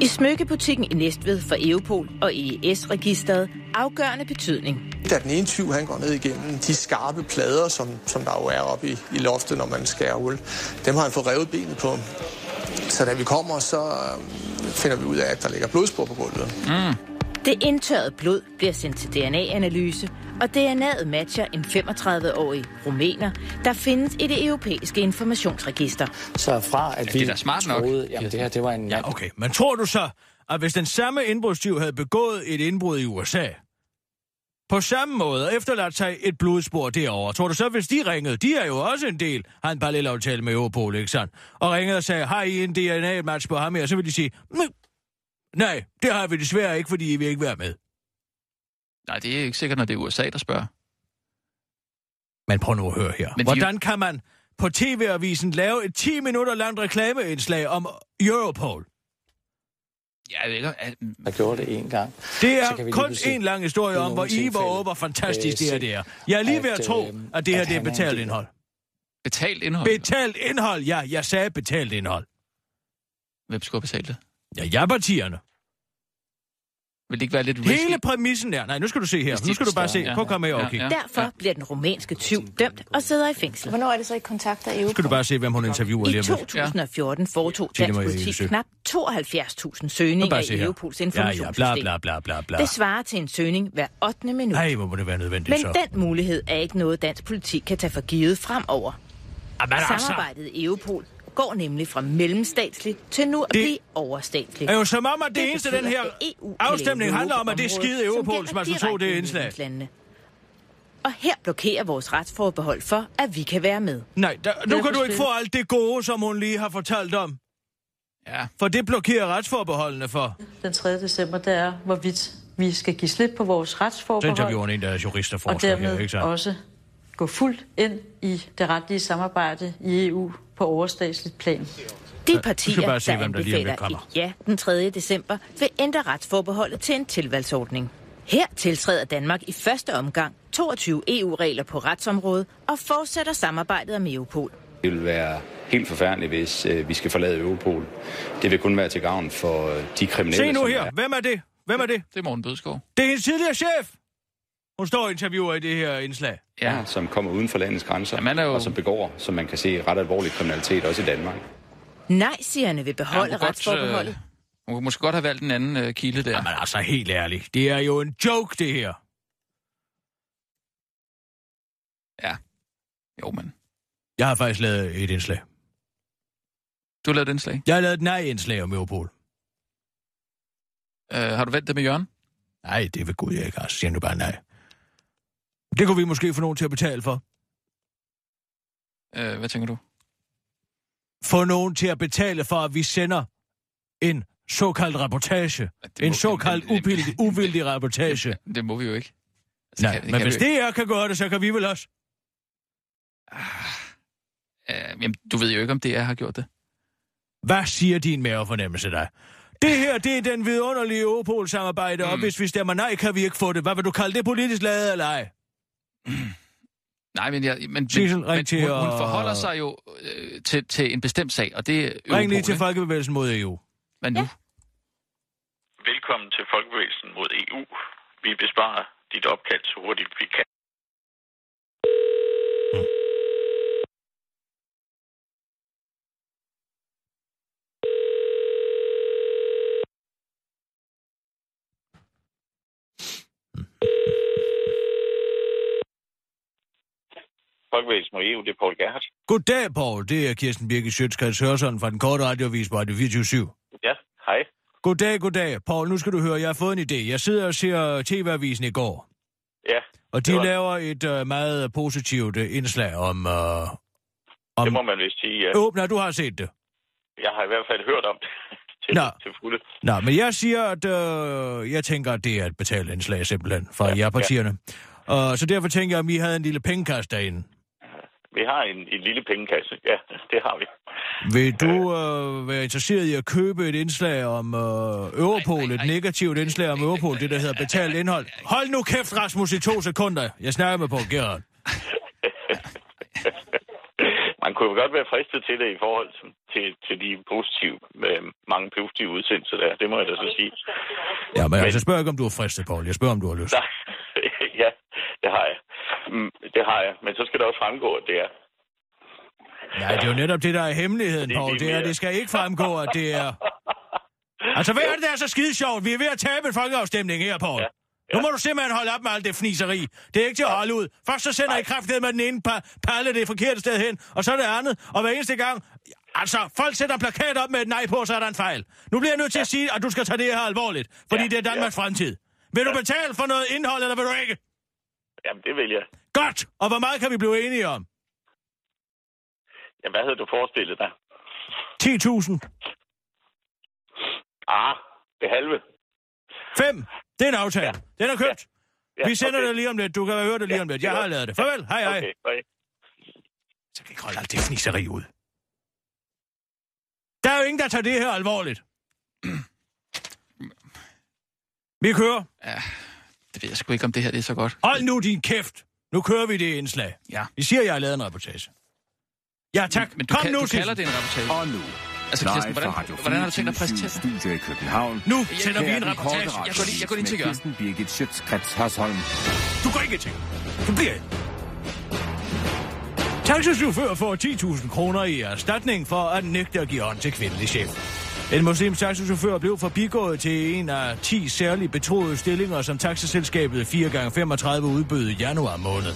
Speaker 7: I smykkebutikken i Næstved for Europol og EIS-registeret afgørende betydning.
Speaker 14: Da den ene tyv han går ned igennem de skarpe plader, som, som der jo er oppe i, i loftet, når man skærer hul, dem har han fået revet benet på. Så da vi kommer, så øh, finder vi ud af, at der ligger blodspor på gulvet. Mm.
Speaker 7: Det indtørrede blod bliver sendt til DNA-analyse, og DNA'et matcher en 35-årig rumæner, der findes i det europæiske informationsregister.
Speaker 8: Så fra at vi
Speaker 2: Altså,
Speaker 7: Ja, det er da smart nok.
Speaker 8: troede, jamen det her, det var en ja,
Speaker 3: okay. Men tror du så, at hvis den samme indbrudstyv havde begået et indbrud i USA, på samme måde og efterladt sig et blodspor derovre, tror du så, hvis de ringede, de er jo også en del, har en parallelaftale med Europol, ikke sandt? Og ringede og sagde, har I en DNA-match på ham her? Så vil de sige, "Mm, nej, det har vi desværre ikke, fordi I vil ikke være med.
Speaker 2: Nej, det er ikke sikkert, når det er USA, der spørger.
Speaker 3: Men prøv nu at høre her.
Speaker 2: Men de-
Speaker 3: Hvordan kan man på TV-avisen lave et 10 minutter langt reklameindslag om Europol?
Speaker 2: Ja, jeg ved ikke, at...
Speaker 8: der gjorde det en gang.
Speaker 3: Det
Speaker 8: så kan vi
Speaker 3: er
Speaker 8: lige
Speaker 3: kun
Speaker 8: pludselig
Speaker 3: en lang historie
Speaker 8: i
Speaker 3: om,
Speaker 8: nogle
Speaker 3: hvor I var
Speaker 8: tilfælde,
Speaker 3: over, hvor fantastisk
Speaker 8: øh,
Speaker 3: det her
Speaker 8: se,
Speaker 3: det er. Jeg er lige ved at
Speaker 8: at,
Speaker 3: tro,
Speaker 8: øh,
Speaker 3: at det her
Speaker 8: at
Speaker 3: det
Speaker 8: han
Speaker 3: er
Speaker 8: er en
Speaker 3: betalt
Speaker 8: del.
Speaker 3: indhold.
Speaker 2: Betalt indhold?
Speaker 3: Betalt indhold, ja. Jeg sagde betalt indhold.
Speaker 2: Hvem skulle have betalt det?
Speaker 3: Ja, jeg partierne.
Speaker 2: Vil det ikke være lidt risky?
Speaker 3: Hele præmissen er... Nej, nu skal du se her.
Speaker 2: Hvis de
Speaker 3: Nu skal du bare
Speaker 2: forstår,
Speaker 3: se.
Speaker 2: ja.
Speaker 3: Prøv at komme her og
Speaker 2: Ja,
Speaker 3: kigge.
Speaker 2: ja.
Speaker 7: Derfor bliver den rumænske tyv dømt og sidder i fængsel.
Speaker 15: Hvornår er det så, I kontakter
Speaker 3: Nu
Speaker 15: EU?
Speaker 3: skal du bare se, hvem hun interviewer lige
Speaker 7: I
Speaker 3: om lidt.
Speaker 7: 2014
Speaker 3: Ja.
Speaker 7: foretog dansk
Speaker 3: Tilde Marie
Speaker 7: politi
Speaker 3: Hjælsø.
Speaker 7: knap 72.000
Speaker 3: Nu
Speaker 7: søgninger
Speaker 3: bare se
Speaker 7: i
Speaker 3: her.
Speaker 7: Europols
Speaker 3: Ja, ja, bla bla
Speaker 7: informationssystem.
Speaker 3: bla bla bla.
Speaker 7: Det svarer til en søgning hver 8. minut.
Speaker 3: Nej, hvor må det være nødvendigt
Speaker 7: Men
Speaker 3: så.
Speaker 7: den mulighed er ikke noget, dansk politi kan tage for givet fremover.
Speaker 3: Jamen, altså.
Speaker 7: Samarbejdet i Europol går nemlig fra mellemstatsligt til nu at blive overstatsligt.
Speaker 3: er jo som om, at det eneste, den
Speaker 7: betyder,
Speaker 3: her
Speaker 7: at E EU kan
Speaker 3: afstemning
Speaker 7: lave
Speaker 3: handler om, at det er
Speaker 7: lovområde,
Speaker 3: skide Europol,
Speaker 7: gælder
Speaker 3: som altså tog
Speaker 7: direkte
Speaker 3: det
Speaker 7: i
Speaker 3: indslag.
Speaker 7: medlemslandene. Og her blokerer vores retsforbehold for, at vi kan være med.
Speaker 3: Nej, der,
Speaker 7: Ved
Speaker 3: nu
Speaker 7: at
Speaker 3: kan du ikke
Speaker 7: forstå.
Speaker 3: få alt det gode, som hun lige har fortalt om.
Speaker 2: Ja.
Speaker 3: For det blokerer retsforbeholdene for.
Speaker 4: Den 3. december, det er, hvorvidt vi skal give slip på vores
Speaker 3: Så
Speaker 4: retsforbehold,
Speaker 3: interviewer hun en, der er jurist og
Speaker 4: og
Speaker 3: forsker her,
Speaker 4: dermed
Speaker 3: ikke sandt?
Speaker 4: også gå fuldt ind i det retlige samarbejde i EU på overstatsligt plan.
Speaker 7: De
Speaker 3: Du skal
Speaker 7: partier,
Speaker 3: bare se,
Speaker 7: der
Speaker 3: hvem der lige om lidt
Speaker 7: anbefaler
Speaker 3: kommer.
Speaker 7: et ja den 3. december, vil ændre retsforbeholdet til en tilvalgsordning. Her tiltræder Danmark i første omgang 22 EU-regler på retsområdet og fortsætter samarbejdet om Europol.
Speaker 6: Det vil være helt forfærdeligt, hvis øh, vi skal forlade Europol. Det vil kun være til gavn for øh, de kriminelle,
Speaker 3: Se nu
Speaker 6: som
Speaker 3: her.
Speaker 6: er
Speaker 3: Hvem er det? Hvem er det?
Speaker 2: Det er Morten Bødskov.
Speaker 3: Det er hendes tidligere chef. Hun står og interviewer i det her indslag.
Speaker 6: ja. som kommer uden for landets grænser,
Speaker 2: Jamen, er jo...
Speaker 6: og som begår, som man kan se, ret alvorlig kriminalitet, også i Danmark.
Speaker 7: Nej-sigerne vil beholde
Speaker 2: Ja, hun
Speaker 7: ja,
Speaker 2: kunne
Speaker 7: retsforbeholdet.
Speaker 2: øh, Hun kunne måske godt have valgt en anden øh, kilde der. Jamen
Speaker 3: altså, helt ærligt. Det er jo en joke, det her.
Speaker 2: Ja. Jo, men.
Speaker 3: Jeg har faktisk lavet et indslag.
Speaker 2: Du har lavet et indslag?
Speaker 3: Jeg har lavet et nej-indslag om Europol.
Speaker 2: Øh, har du vendt det med Jørgen?
Speaker 3: Nej, det vil Gud jeg ikke, altså. Siger nu bare nej. Det kunne vi måske få nogen til at betale for.
Speaker 2: Øh, hvad tænker du?
Speaker 3: Få nogen til at betale for, at vi sender en såkaldt reportage. En såkaldt uvildig, uvildig reportage.
Speaker 2: Det må vi jo ikke. Altså,
Speaker 3: Nej,
Speaker 2: kan- det
Speaker 3: men
Speaker 2: kan
Speaker 3: hvis
Speaker 2: vi jo
Speaker 3: DR kan gøre det, så kan vi vel også.
Speaker 2: Øh, jamen, du ved jo ikke, om DR har gjort det.
Speaker 3: Hvad siger din mavefornemmelse dig? Det her, det er den vidunderlige Europol-samarbejde, mm. og hvis vi stemmer nej, kan vi ikke få det. Hvad vil du kalde det? Politisk lavet eller ej?
Speaker 2: Nej, men, jeg, men,
Speaker 3: Sissel,
Speaker 2: men,
Speaker 3: ring
Speaker 2: men
Speaker 3: til
Speaker 2: hun, hun
Speaker 3: og-
Speaker 2: forholder sig jo øh, til, til en bestemt sag, og det er Europol,
Speaker 3: Ring lige til
Speaker 2: ikke?
Speaker 3: Folkebevægelsen mod E EU.
Speaker 2: Hvad nu? Ja.
Speaker 16: Velkommen til Folkebevægelsen mod EU. Vi besvarer dit opkald så hurtigt vi kan. Folkebevægelsen mod EU, det er Poul Gerhardt.
Speaker 3: Goddag, Poul. Det er Kirsten Birke Sjøtskreds Hørsson fra den korte radiovis på Radio 24
Speaker 16: Ja, hej.
Speaker 3: Goddag, goddag. Poul, nu skal du høre, jeg har fået en idé. Jeg sidder og ser TV-avisen i går,
Speaker 16: Ja,
Speaker 3: og
Speaker 16: det
Speaker 3: de
Speaker 16: var-
Speaker 3: laver et øh, meget positivt øh, indslag om... Øh,
Speaker 16: Om...
Speaker 3: om
Speaker 16: det må man vist sige. Ja.
Speaker 3: Åbner, du har set det.
Speaker 16: Jeg har i hvert fald hørt om det til,
Speaker 3: Nå.
Speaker 16: til fulde.
Speaker 3: Nå, men jeg siger, at øh, jeg tænker, at det er et betaleindslag simpelthen fra ja, jer-partierne. Ja. Og så derfor tænker jeg, om I havde en lille pengekast derinde.
Speaker 16: Vi har en, en lille pengekasse. Ja, det har vi.
Speaker 3: Vil du øh, være interesseret i at købe et indslag om øh, Europol, et negativt indslag om Europol, det der hedder betalt indhold? Hold nu kæft, Rasmus, i to sekunder. Jeg snakker med på Gerhard.
Speaker 16: Man kunne jo godt være fristet til det i forhold til, til, til de positive, øh, mange positive udsendelser der. Det må jeg da så sige.
Speaker 3: Ja, men altså spørg ikke, om du er fristet, Paul. Jeg spørger, om du har lyst.
Speaker 16: Nej, ja, det har jeg. Mm, Det har jeg. Men så skal det også fremgå, at det er.
Speaker 3: Nej, det er jo netop det, der er hemmeligheden,
Speaker 16: Det er
Speaker 3: Paul.
Speaker 16: det,
Speaker 3: Det,
Speaker 16: vi
Speaker 3: er,
Speaker 16: er.
Speaker 3: det skal ikke fremgå, at det er... Altså, hvad er det, der er så skide sjovt? Vi er ved at tabe en folkeafstemning her, Paul. Nu må du simpelthen holde op med alt det fniseri. Det er ikke til at holde ud. Først så sender I kraftedet med den ene pa- palle det forkerte sted hen, og så det andet. Og hver eneste gang... Altså, folk sætter en plakat op med et nej på, så er der en fejl. Nu bliver jeg nødt til at sige, at du skal tage det her alvorligt, fordi det er Danmarks fremtid. Vil du betale for noget indhold, eller vil du ikke?
Speaker 16: Jamen, det vil jeg.
Speaker 3: Godt! Og hvor meget kan vi blive enige om?
Speaker 16: Jamen, hvad havde du forestillet dig?
Speaker 3: 10.000.
Speaker 16: Ah, det halve.
Speaker 3: 5. Det er en aftale. Den er købt.
Speaker 16: Ja,
Speaker 3: Vi sender
Speaker 16: okay.
Speaker 3: det lige om lidt. Du kan høre det lige om lidt. Jeg har lavet det. Farvel. Hej, hej.
Speaker 16: Okay, hej.
Speaker 3: Så kan ikke holde alt det fniseri ud. Der er jo ingen, der tager det her alvorligt. Vi kører.
Speaker 2: Det ved jeg sgu ikke, om det her det er så godt.
Speaker 3: Hold nu din kæft. Nu kører vi det indslag.
Speaker 2: Ja.
Speaker 3: I siger, jeg har lavet en reportage. Ja, tak.
Speaker 2: Men du,
Speaker 3: Kom
Speaker 2: kan,
Speaker 3: nu,
Speaker 2: du
Speaker 3: Sissel.
Speaker 2: kalder det en reportage.
Speaker 5: Og nu,
Speaker 2: Altså, Kirsten, hvordan, hvordan har du tænkt dig at præsentere det?
Speaker 5: Studie i København.
Speaker 2: Nu sender vi en reportage. Jeg går lige- jeg går lige til Jørgen.
Speaker 5: Kirsten Birgit Schøtzgrads Hasholm.
Speaker 3: Du går ikke til. Du bliver ikke. Taxachauffør får 10.000 kroner i erstatning for at nægte at give hånd til kvindelig chef. En muslimsk taxachauffør blev forbigået til en af 10 særligt betroede stillinger, som taxaselskabet 4x35 udbød i januar måned.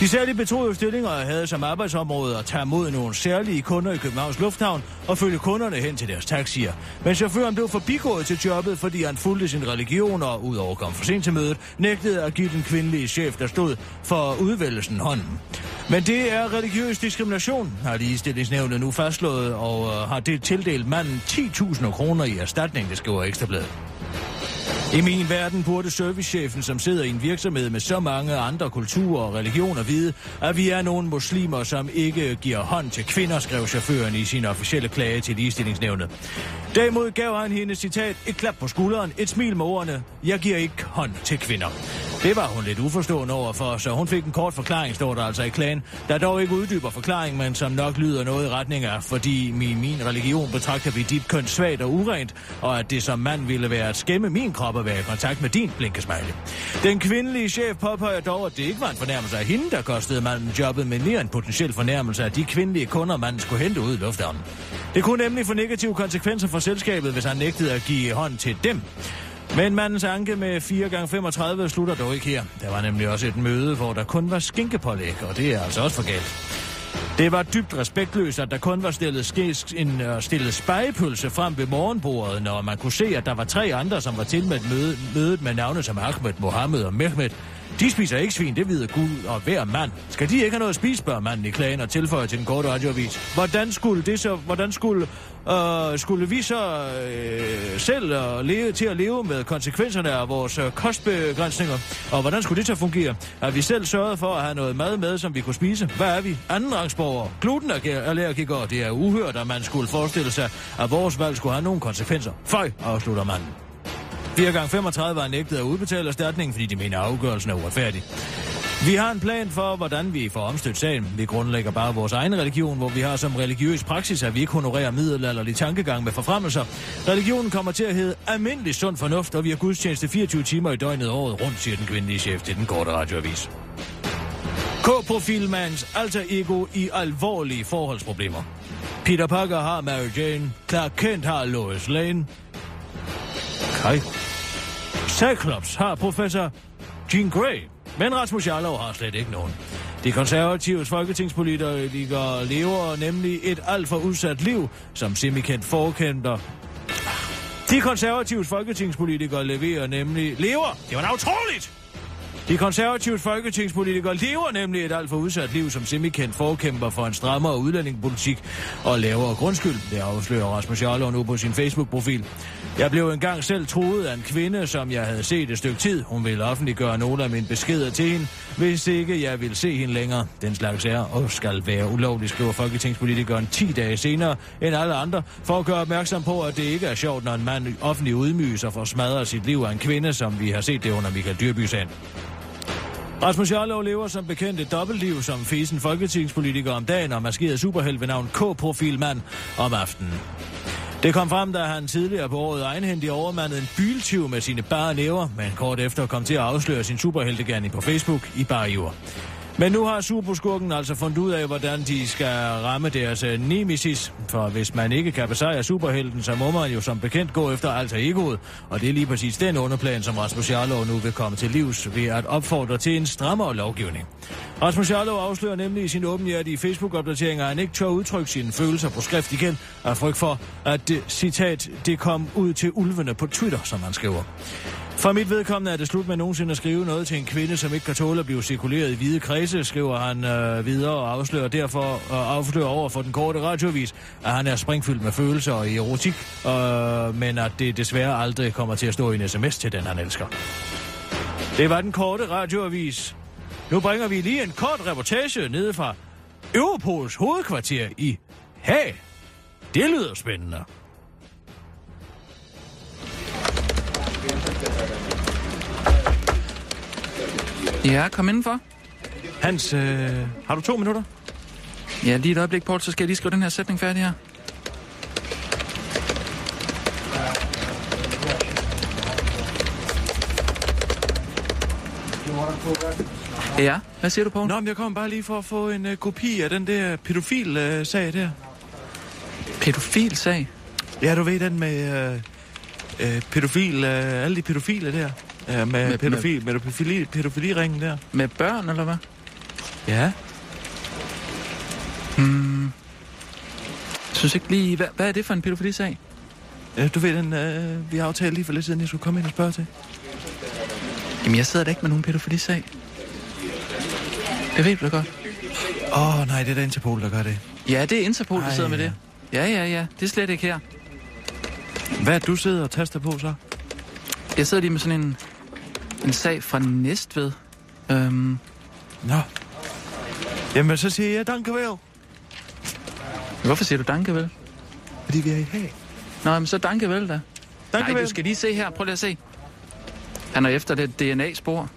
Speaker 3: De særligt betroede stillinger havde som arbejdsområde at tage mod nogle særlige kunder i Københavns Lufthavn og følge kunderne hen til deres taxier. Men chaufføren blev forbigået til jobbet, fordi han fulgte sin religion og udover at komme for sent til mødet, nægtede at give den kvindelige chef, der stod for udvælgelsen hånden. Men det er religiøs diskrimination, har ligestillingsnævnet nu fastslået, og øh, har det tildelt manden 10.000 kroner i erstatning, det skriver Ekstrabladet. I min verden burde servicechefen, som sidder i en virksomhed med så mange andre kulturer og religioner, vide, at vi er nogle muslimer, som ikke giver hånd til kvinder, skrev chaufføren i sin officielle klage til ligestillingsnævnet. Derimod gav han hende, citat, et klap på skulderen, et smil med ordene, jeg giver ikke hånd til kvinder. Det var hun lidt uforstående overfor, så hun fik en kort forklaring, står der altså i klagen, der dog ikke uddyber forklaringen, men som nok lyder noget i retning af, fordi i min religion betragter vi dit køn svagt og urent, og at det som mand ville være at skæmme min krop og være i kontakt med din blinkesmejle. Den kvindelige chef påpeger dog, at det ikke var en fornærmelse af hende, der kostede manden jobbet, men mere en potentiel fornærmelse af de kvindelige kunder, manden skulle hente ud i lufthavnen. Det kunne nemlig få negative konsekvenser for selskabet, hvis han nægtede at give hånd til dem. Men mandens anke med 4x35 slutter dog ikke her. Der var nemlig også et møde, hvor der kun var skinkepålæg, og det er altså også for galt. Det var dybt respektløst, at der kun var stillet, ske, en, uh, stillet spejepølse frem ved morgenbordet, når man kunne se, at der var tre andre, som var tilmeldt møde, mødet med navne som Ahmed, Mohammed og Mehmet. De spiser ikke svin, det ved Gud og hver mand. Skal de ikke have noget at spise, spørger manden i klagen og tilføjer til den korte radioavis. Hvordan skulle det så, hvordan skulle, øh, skulle vi så øh, selv øh, leve, til at leve med konsekvenserne af vores øh, kostbegrænsninger? Og hvordan skulle det så fungere? At vi selv sørgede for at have noget mad med, som vi kunne spise? Hvad er vi? Andenrangsborgere? Glutenallergikere? Det er uhørt, at man skulle forestille sig, at vores valg skulle have nogle konsekvenser. Føj, afslutter manden. 4 gange 35 har nægtet at udbetale erstatningen, fordi de mener, at afgørelsen er uretfærdig. Vi har en plan for, hvordan vi får omstødt sagen. Vi grundlægger bare vores egen religion, hvor vi har som religiøs praksis, at vi ikke honorerer middelalderlig tankegang med forfremmelser. Religionen kommer til at hedde almindelig sund fornuft, og vi har gudstjeneste 24 timer i døgnet året rundt, siger den kvindelige chef til den korte radioavis. K-profilmandens alter ego i alvorlige forholdsproblemer. Peter Parker har Mary Jane, Clark Kent har Lois Lane, Kai. Cyclops har professor Jean Grey, men Rasmus Jarlov har slet ikke nogen. De konservatives folketingspolitikere lever nemlig et alt for udsat liv, som semikendt forkæmper. De konservatives folketingspolitikere leverer nemlig... Lever! Det var da utroligt! De konservative folketingspolitikere lever nemlig et alt for udsat liv som semikendt forkæmper for en strammere udlændingepolitik og lavere grundskyld. Det afslører Rasmus Jarlov nu på sin Facebook-profil. Jeg blev engang selv troet af en kvinde, som jeg havde set et stykke tid. Hun ville offentliggøre nogle af mine beskeder til hende, hvis ikke jeg ville se hende længere. Den slags er og skal være ulovligt, skriver folketingspolitikeren 10 dage senere end alle andre, for at gøre opmærksom på, at det ikke er sjovt, når en mand offentlig udmyges og får smadret sit liv af en kvinde, som vi har set det under Michael Dyrby-sagen. Rasmus Jarlov lever som bekendt et dobbeltliv som fesen folketingspolitiker om dagen og maskeret superheld ved navn K-profilmand om aftenen. Det kom frem, da han tidligere på året egenhændigt overmandede en byltyv med sine bare næver, men kort efter kom til at afsløre sin superheltegerning på Facebook i bare jord. Men nu har superskurken altså fundet ud af, hvordan de skal ramme deres øh, nemesis. For hvis man ikke kan besejre superhelten, så må man jo som bekendt gå efter alter egoet. Og det er lige præcis den underplan, som Rasmus Jarlov nu vil komme til livs ved at opfordre til en strammere lovgivning. Rasmus Jarlov afslører nemlig i sin åbenhjertige Facebook-opdatering, at han ikke tør udtrykke sine følelser på skrift igen, af frygt for, at det, citat, det kom ud til ulvene på Twitter, som han skriver. For mit vedkommende er det slut med nogensinde at skrive noget til en kvinde, som ikke kan tåle at blive cirkuleret i hvide kredse, skriver han øh, videre og afslører derfor og afslører over for den korte radiovis, at han er springfyldt med følelser og erotik, øh, men at det desværre aldrig kommer til at stå i en sms til den, han elsker. Det var den korte radioavis. Nu bringer vi lige en kort reportage nede fra Europols hovedkvarter i Haag. Det lyder spændende.
Speaker 2: Ja, kom indenfor.
Speaker 3: Hans, øh, har du to minutter?
Speaker 2: Ja, lige et øjeblik, Port, så skal jeg lige skrive den her sætning færdig her. Ja, hvad siger du på?
Speaker 17: Nå, men jeg kom bare lige for at få en uh, kopi af den der pædofil-sag der.
Speaker 2: Pædofil-sag?
Speaker 17: Ja, du ved den med uh, uh, pædofil, uh, alle de pædofile der. Uh, med, med, pædofil, med, med pædofili, pædofiliringen der.
Speaker 2: Med børn, eller hvad?
Speaker 17: Ja.
Speaker 2: Hmm. Jeg synes ikke lige... Hvad, hvad er det for en pædofilisag?
Speaker 17: Uh, du ved den, uh, vi aftalte lige for lidt siden, jeg skulle komme ind og spørge til.
Speaker 2: Jamen, jeg sidder da ikke med nogen pædofilisag. Det ved du da godt.
Speaker 17: Åh, oh, nej, det er da Interpol, der gør det.
Speaker 2: Ja, det er Interpol, der Ej, sidder med det. Ja, ja, ja. Det er slet ikke her.
Speaker 17: Hvad er du sidder og taster på, så?
Speaker 2: Jeg sidder lige med sådan en, en sag fra Næstved. Øhm.
Speaker 17: Nå. Jamen, så siger jeg dankevel.
Speaker 2: Hvorfor siger du dankevel?
Speaker 17: Fordi vi er i hag.
Speaker 2: Nå, men så dankevel da.
Speaker 17: Dankevel.
Speaker 2: Nej, du skal lige se her. Prøv lige at se. Han er efter det DNA-spor.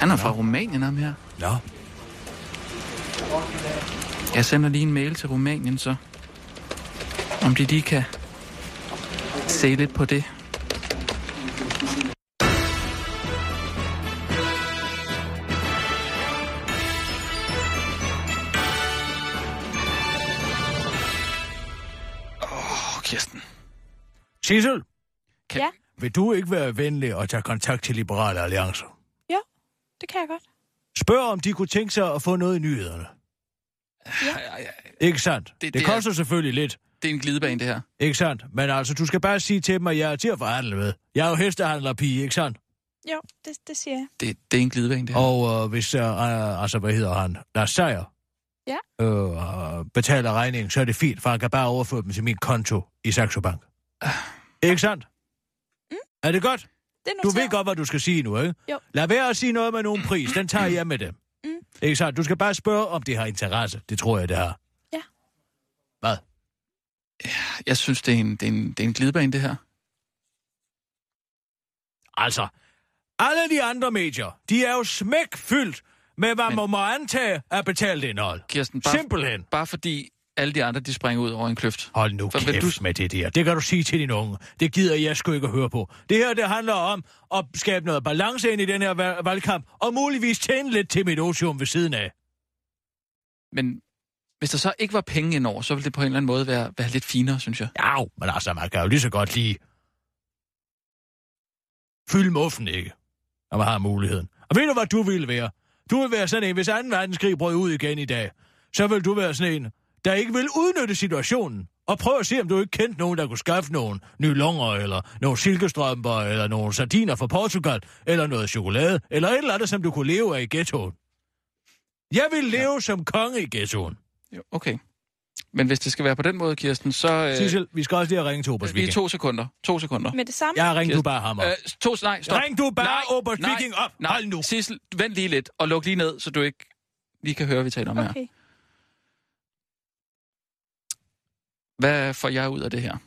Speaker 2: Han er Nå. fra Rumænien, ham her.
Speaker 17: Nå.
Speaker 2: Jeg sender lige en mail til Rumænien, så. Om de lige kan se lidt på det. Åh, oh, Kirsten.
Speaker 3: Sissel,
Speaker 2: Kan,
Speaker 4: Ja,
Speaker 3: vil du ikke være venlig og tage kontakt til Liberale Alliance?
Speaker 4: jo, det kan jeg godt.
Speaker 3: Spørg, om de kunne tænke sig at få noget i nyhederne. Ja. Ikke sandt? Det,
Speaker 2: det
Speaker 3: det, det
Speaker 2: er-
Speaker 3: koster er... selvfølgelig lidt.
Speaker 2: Det er en glidebane, det her.
Speaker 3: Ikke sandt? Men altså, du skal bare sige til dem, at jeg er til at forhandle med. Jeg er jo hestehandlerpige, ikke sandt?
Speaker 4: Jo, det, det siger jeg.
Speaker 2: Det, det er en glidebane, det her.
Speaker 3: Og øh, hvis, øh, øh, altså, hvad hedder han? Lars Seier
Speaker 4: Ja,
Speaker 3: øh, øh, betaler regningen, så er det fint, for han kan bare overføre dem til min konto i Saxo Bank. Ikke sandt? Mm. Er det godt?
Speaker 4: det er
Speaker 3: Du
Speaker 4: noteret.
Speaker 3: ved godt, hvad du skal sige nu, ikke?
Speaker 4: Jo.
Speaker 3: Lad være at sige noget med nogen pris. Den tager jeg med dem. Mm. Ikke sandt? Du skal bare spørge, om det har interesse. Det tror jeg, det har.
Speaker 4: Ja.
Speaker 3: Hvad?
Speaker 2: Jeg synes, det er en, det er en, det er en glidebane, det her.
Speaker 3: Altså, alle de andre medier, de er jo smækfyldt med, hvad Men... man må antage er betalt indhold.
Speaker 2: Kirsten, bare,
Speaker 3: Simpelthen.
Speaker 2: Bare fordi alle de andre, de springer ud over en kløft.
Speaker 3: Hold nu
Speaker 2: For
Speaker 3: For
Speaker 2: vil
Speaker 3: kæft
Speaker 2: du-
Speaker 3: du... med det der. Det kan du sige til dine unge. Det gider jeg sgu ikke at høre på. Det her, det handler om at skabe noget balance ind i den her val- valgkamp, og muligvis tjene lidt til mit otium ved siden af.
Speaker 2: Men hvis der så ikke var penge indover, så ville det på en eller anden måde være, være lidt finere, synes jeg.
Speaker 3: Ja, men altså, man kan jo lige så godt lige... Fylde muffen, ikke? Når man har muligheden. Og ved du, hvad du ville være? Du ville være sådan en, hvis 2. verdenskrig brød ud igen i dag, så vil du være sådan en, der ikke vil udnytte situationen. Og prøv at se, om du ikke kendte nogen, der kunne skaffe nogle nye lunger, eller nogle silkestrømper, eller nogle sardiner fra Portugal, eller noget chokolade, eller et eller andet, som du kunne leve af i ghettoen. Jeg vil leve ja. som konge i ghettoen.
Speaker 2: Jo, okay. Men hvis det skal være på den måde, Kirsten, så... Øh,
Speaker 3: Sissel, vi skal også lige have ringet til Obers
Speaker 2: lige
Speaker 3: Viking.
Speaker 2: to sekunder. To sekunder.
Speaker 4: Med det samme?
Speaker 3: Jeg ringer du bare ham op.
Speaker 2: Øh, to, nej, stop.
Speaker 3: Ring du bare
Speaker 2: nej,
Speaker 3: Obers
Speaker 2: nej,
Speaker 3: Viking op.
Speaker 2: Nej, Hold nu. Sissel, vent lige lidt og luk lige ned, så du ikke lige kan høre, hvad vi taler om okay. her.
Speaker 4: Okay.
Speaker 2: Hvad får jeg ud af det her?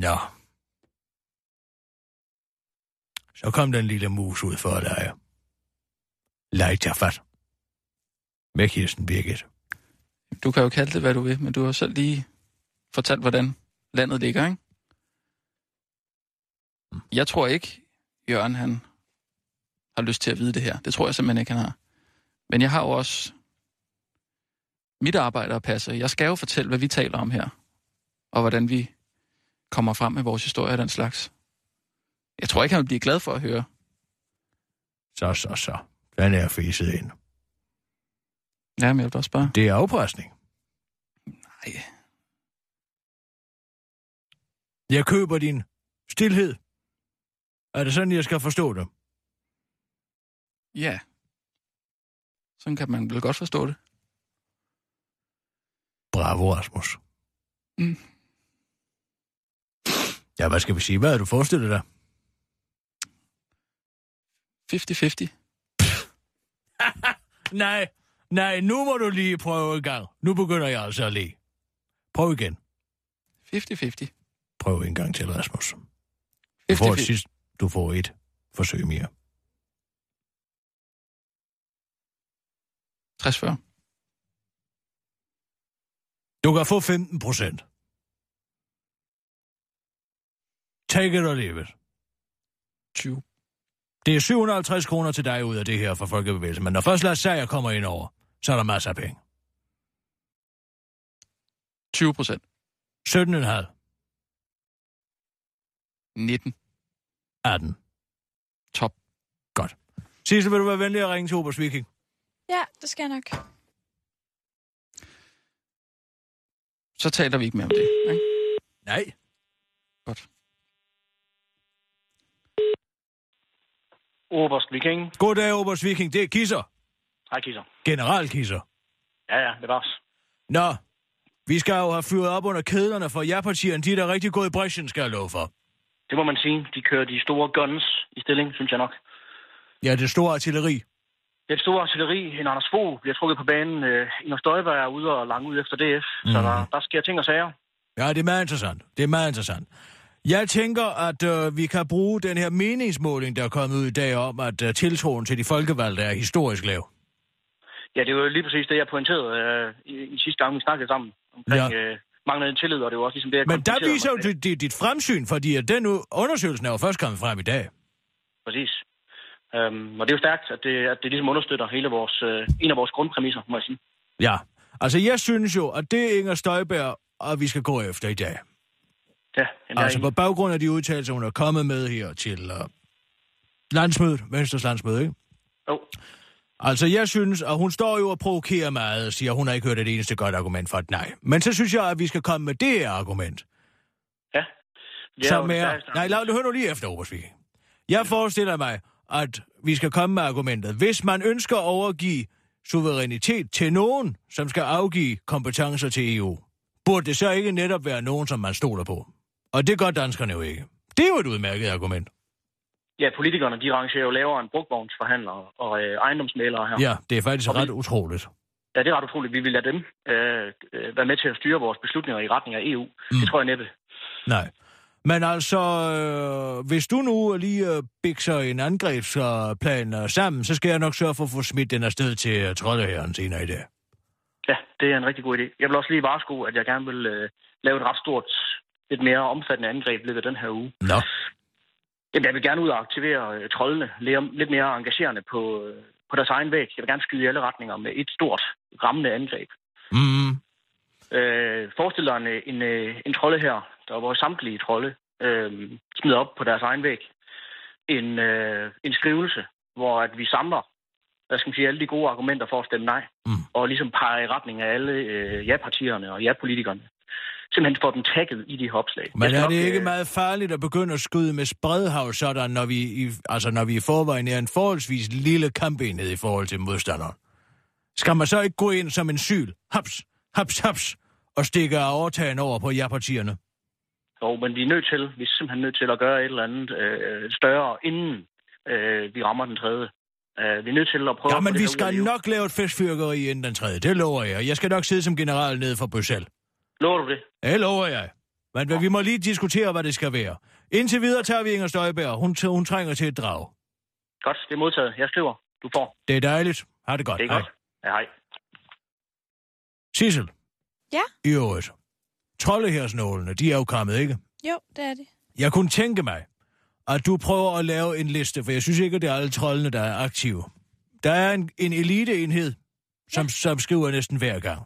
Speaker 3: Nå. Så kom den lille mus ud for dig. Leg dig fat. Med Kirsten Birgit.
Speaker 2: Du kan jo kalde det, hvad du vil, men du har selv lige fortalt, hvordan landet ligger, ikke? Jeg tror ikke, Jørgen han har lyst til at vide det her. Det tror jeg simpelthen ikke, han har. Men jeg har jo også mit arbejde at passe. Jeg skal jo fortælle, hvad vi taler om her. Og hvordan vi kommer frem med vores historie og den slags. Jeg tror ikke, han vil blive glad for at høre.
Speaker 3: Så, så, så. Den er fiset ind.
Speaker 2: Ja, men jeg vil da også bare...
Speaker 3: Det er afpresning.
Speaker 2: Nej.
Speaker 3: Jeg køber din stillhed. Er det sådan, jeg skal forstå det?
Speaker 2: Ja. Sådan kan man vel godt forstå det.
Speaker 3: Bravo, Rasmus.
Speaker 2: Mm.
Speaker 3: Ja, hvad skal vi sige? Hvad havde du forestillet dig?
Speaker 2: 50-50.
Speaker 3: Nej, nej, nu må du lige prøve en gang. Nu begynder jeg altså at le. Prøv igen.
Speaker 2: 50-50.
Speaker 3: Prøv en gang til, Rasmus. Du får, et
Speaker 2: 50-50.
Speaker 3: sidst, du får et forsøg mere.
Speaker 2: 60-40.
Speaker 3: Du kan få 15 procent. Take it or leave it.
Speaker 2: 20.
Speaker 3: Det er 750 kroner til dig ud af det her for Folkebevægelsen, men når først Lars Sager kommer ind over, så er der masser af penge.
Speaker 2: 20 procent.
Speaker 3: 17,5.
Speaker 2: 19.
Speaker 3: 18.
Speaker 2: Top.
Speaker 3: Godt. Sissel, vil du være venlig at ringe til Obers Viking?
Speaker 4: Ja, det skal jeg nok.
Speaker 2: Så taler vi ikke mere om det, ikke?
Speaker 3: Nej.
Speaker 2: Godt.
Speaker 16: Oberst Viking.
Speaker 3: Goddag, Obers Viking. Det er Kisser.
Speaker 16: Hej, Kisser.
Speaker 3: General Kisser.
Speaker 16: Ja, ja, det var os.
Speaker 3: Nå, vi skal jo have fyret op under kæderne for ja-partierne. De er da rigtig gået i bræschen, skal jeg love for.
Speaker 16: Det må man sige. De kører de store guns i stilling, synes jeg nok.
Speaker 3: Ja, det store artilleri.
Speaker 16: Den store artilleri, en Anders Fogh, bliver trukket på banen. Øh, Inger Støjberg er ude og langt ud efter DF, mm. så
Speaker 3: Mhm.
Speaker 16: der, der sker ting og sager.
Speaker 3: Ja, det er meget interessant. Det er meget interessant. Jeg tænker, at øh, vi kan bruge den her meningsmåling, der er kommet ud i dag om, at øh, tiltroen til de folkevalgte er historisk lav.
Speaker 16: Ja, det var jo lige præcis det, jeg pointerede øh, i, i sidste gang, vi snakkede sammen omkring ja. øh, manglende tillid, og det var også ligesom det, jeg
Speaker 3: Men der
Speaker 16: konfronterede
Speaker 3: viser
Speaker 16: mig
Speaker 3: jo
Speaker 16: med.
Speaker 3: dit, dit, dit fremsyn, fordi at den u- undersøgelsen er jo først kommet frem i dag.
Speaker 16: Præcis. Øhm, og det er jo stærkt, at det, at det ligesom understøtter hele vores, øh, en af vores grundpræmisser, må jeg sige.
Speaker 3: Ja, altså jeg synes jo, at det er Inger Støjberg, og vi skal gå efter i dag.
Speaker 16: Ja, jamen, jeg er
Speaker 3: Altså
Speaker 16: enig.
Speaker 3: på baggrund af de udtalelser, hun er kommet med her til uh, landsmødet, Venstres landsmøde, ikke?
Speaker 16: Jo.
Speaker 3: Altså, jeg synes, og hun står jo og provokerer meget og siger, at hun har ikke hørt et eneste godt argument for et nej. Men så synes jeg, at vi skal komme med det her argument.
Speaker 16: Ja. Det er jo
Speaker 3: Som
Speaker 16: det
Speaker 3: er...
Speaker 16: stærkeste
Speaker 3: Nej, lad, hør nu lige efter, Obersvig. Jeg forestiller mig, at vi skal komme med argumentet. Hvis man ønsker at overgive suverænitet til nogen, som skal afgive kompetencer til EU, burde det så ikke netop være nogen, som man stoler på? Og det gør danskerne jo ikke. Det er jo et udmærket argument.
Speaker 16: Ja, politikerne, de rangerer jo lavere end brugvognsforhandlere og øh, ejendomsmælere her.
Speaker 3: Ja, ja det er faktisk ret utroligt.
Speaker 16: Ja, det er ret utroligt. Vi vil lade dem øh, øh, være med til at styre vores beslutninger i retning af EU. Mm. Det tror jeg næppe.
Speaker 3: Nej. Men altså, øh, hvis du nu lige øh, bikser en angrebsplan øh, sammen, så skal jeg nok sørge for at få smidt den afsted til øh, troldeherren senere i dag.
Speaker 16: Ja, det er en rigtig god idé. Jeg vil også lige varsko, at jeg gerne vil øh, lave et ret stort, lidt mere omfattende angreb i løbet af den her uge.
Speaker 3: Nå.
Speaker 16: Jamen, jeg vil gerne ud og aktivere øh, troldene lære- lidt mere engagerende på, øh, på deres egen væg. Jeg vil gerne skyde i alle retninger med et stort, rammende angreb.
Speaker 3: Mm.
Speaker 16: Øh, forestil dig en, øh, en, øh, en trolde her, der var samtlige trolde, øh, smider op på deres egen væg en, øh, en skrivelse, hvor at vi samler hvad skal man sige, alle de gode argumenter for at stemme nej, mm. og ligesom peger i retning af alle øh, ja-partierne og ja-politikerne. Simpelthen får dem tagget i de her opslag. Jeg
Speaker 3: Men
Speaker 16: skal
Speaker 3: er
Speaker 16: nok,
Speaker 3: det ikke
Speaker 16: øh,
Speaker 3: meget farligt at begynde at skyde med spredhav, sådan, når vi, i, altså, når vi i forvejen er en forholdsvis lille kampenhed i forhold til modstanderen? Skal man så ikke gå ind som en syl, haps, haps, haps, og stikke overtagen over på ja-partierne?
Speaker 16: Jo, men vi er nødt til, vi er simpelthen nødt til at gøre et eller andet øh, større, inden øh, vi rammer den tredje. Øh, vi er nødt til at prøve
Speaker 3: Ja,
Speaker 16: at få
Speaker 3: men
Speaker 16: det
Speaker 3: vi
Speaker 16: her ud af
Speaker 3: skal
Speaker 16: livet.
Speaker 3: nok lave et festfyrkeri inden den tredje, det lover jeg. Jeg skal nok sidde som general nede for Bruxelles.
Speaker 16: Lover du det?
Speaker 3: Det lover jeg. Men vi må lige diskutere, hvad det skal være. Indtil videre tager vi Inger Støjberg. Hun, hun trænger til et drag.
Speaker 16: Godt, det er modtaget. Jeg skriver. Du får.
Speaker 3: Det er dejligt. Ha' det godt.
Speaker 16: Det er
Speaker 3: Hej.
Speaker 16: godt. Ja, hej.
Speaker 3: Sissel,
Speaker 4: Ja,
Speaker 3: i øvrigt. Troldehersnålene, de er jo kommet, ikke?
Speaker 4: jo, det er det.
Speaker 3: Jeg kunne tænke mig, at du prøver at lave en liste, for jeg synes ikke, at det er alle troldene, der er aktive. Der er en, en eliteenhed, som, ja. som skriver næsten hver gang,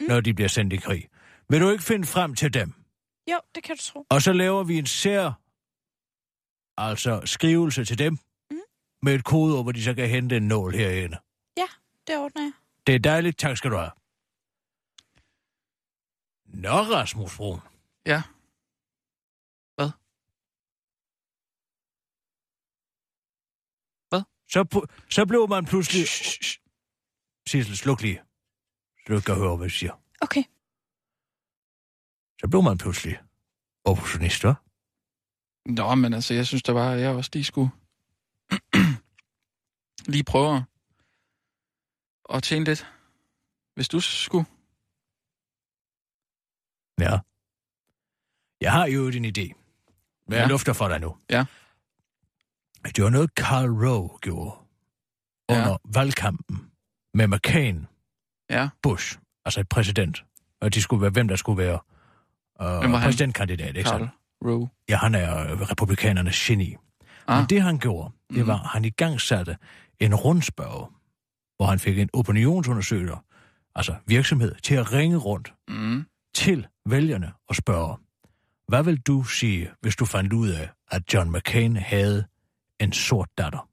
Speaker 3: mm. når de bliver sendt i krig. Vil du ikke finde frem til dem?
Speaker 4: Jo, det kan du tro.
Speaker 3: Og så laver vi en sær, altså skrivelse til dem, mm. med et kodeord, hvor de så kan hente en nål herinde.
Speaker 4: Ja, det ordner jeg.
Speaker 3: Det er dejligt. Tak skal du have. Nå, Rasmus Brun.
Speaker 2: Ja.
Speaker 3: Så, pu- så blev man pludselig... Sissel, sluk lige. Så du ikke kan høre, hvad jeg siger.
Speaker 4: Okay.
Speaker 3: Så blev man pludselig opportunist, hva'?
Speaker 2: Nå, men altså, jeg synes, der var, jeg også lige skulle lige prøve at- at tjene lidt. Hvis du skulle.
Speaker 3: Ja. Jeg har jo en idé. Hvad
Speaker 2: Ja.
Speaker 3: jeg lufter for dig nu.
Speaker 2: Ja.
Speaker 3: Det var noget, Karl Rowe gjorde under valgkampen med McCain,
Speaker 2: ja.
Speaker 3: Bush, altså et præsident. Og de skulle være, hvem der skulle være
Speaker 2: Hvem var
Speaker 3: øh,
Speaker 2: han?
Speaker 3: præsidentkandidat, ikke
Speaker 2: Karl.
Speaker 3: sådan?
Speaker 2: Roe.
Speaker 3: Ja, han er øh, republikanernes geni. Ah. Men det han gjorde, det var, at han i gang satte en rundspørg, hvor han fik en opinionsundersøger, altså virksomhed, til at ringe rundt
Speaker 2: Mm.
Speaker 3: til vælgerne og spørge, hvad vil du sige, hvis du fandt ud af, at John McCain havde en sort datter?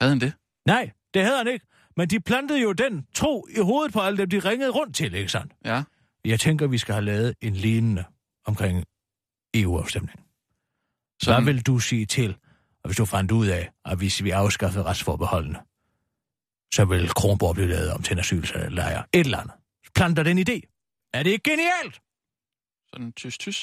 Speaker 2: Havde han det?
Speaker 3: Nej, det havde han ikke. Men de plantede jo den tro i hovedet på alle dem, de ringede rundt til, ikke sandt?
Speaker 2: Ja.
Speaker 3: Jeg tænker, vi skal have lavet en lignende omkring E EU-afstemningen. Så hvad vil du sige til, og hvis du fandt ud af, at hvis vi afskaffede retsforbeholdene, så vil Kronborg blive lavet om til en asyllejr. Et eller andet. Planter den idé. Er det ikke genialt?
Speaker 2: Sådan tyst, tyst.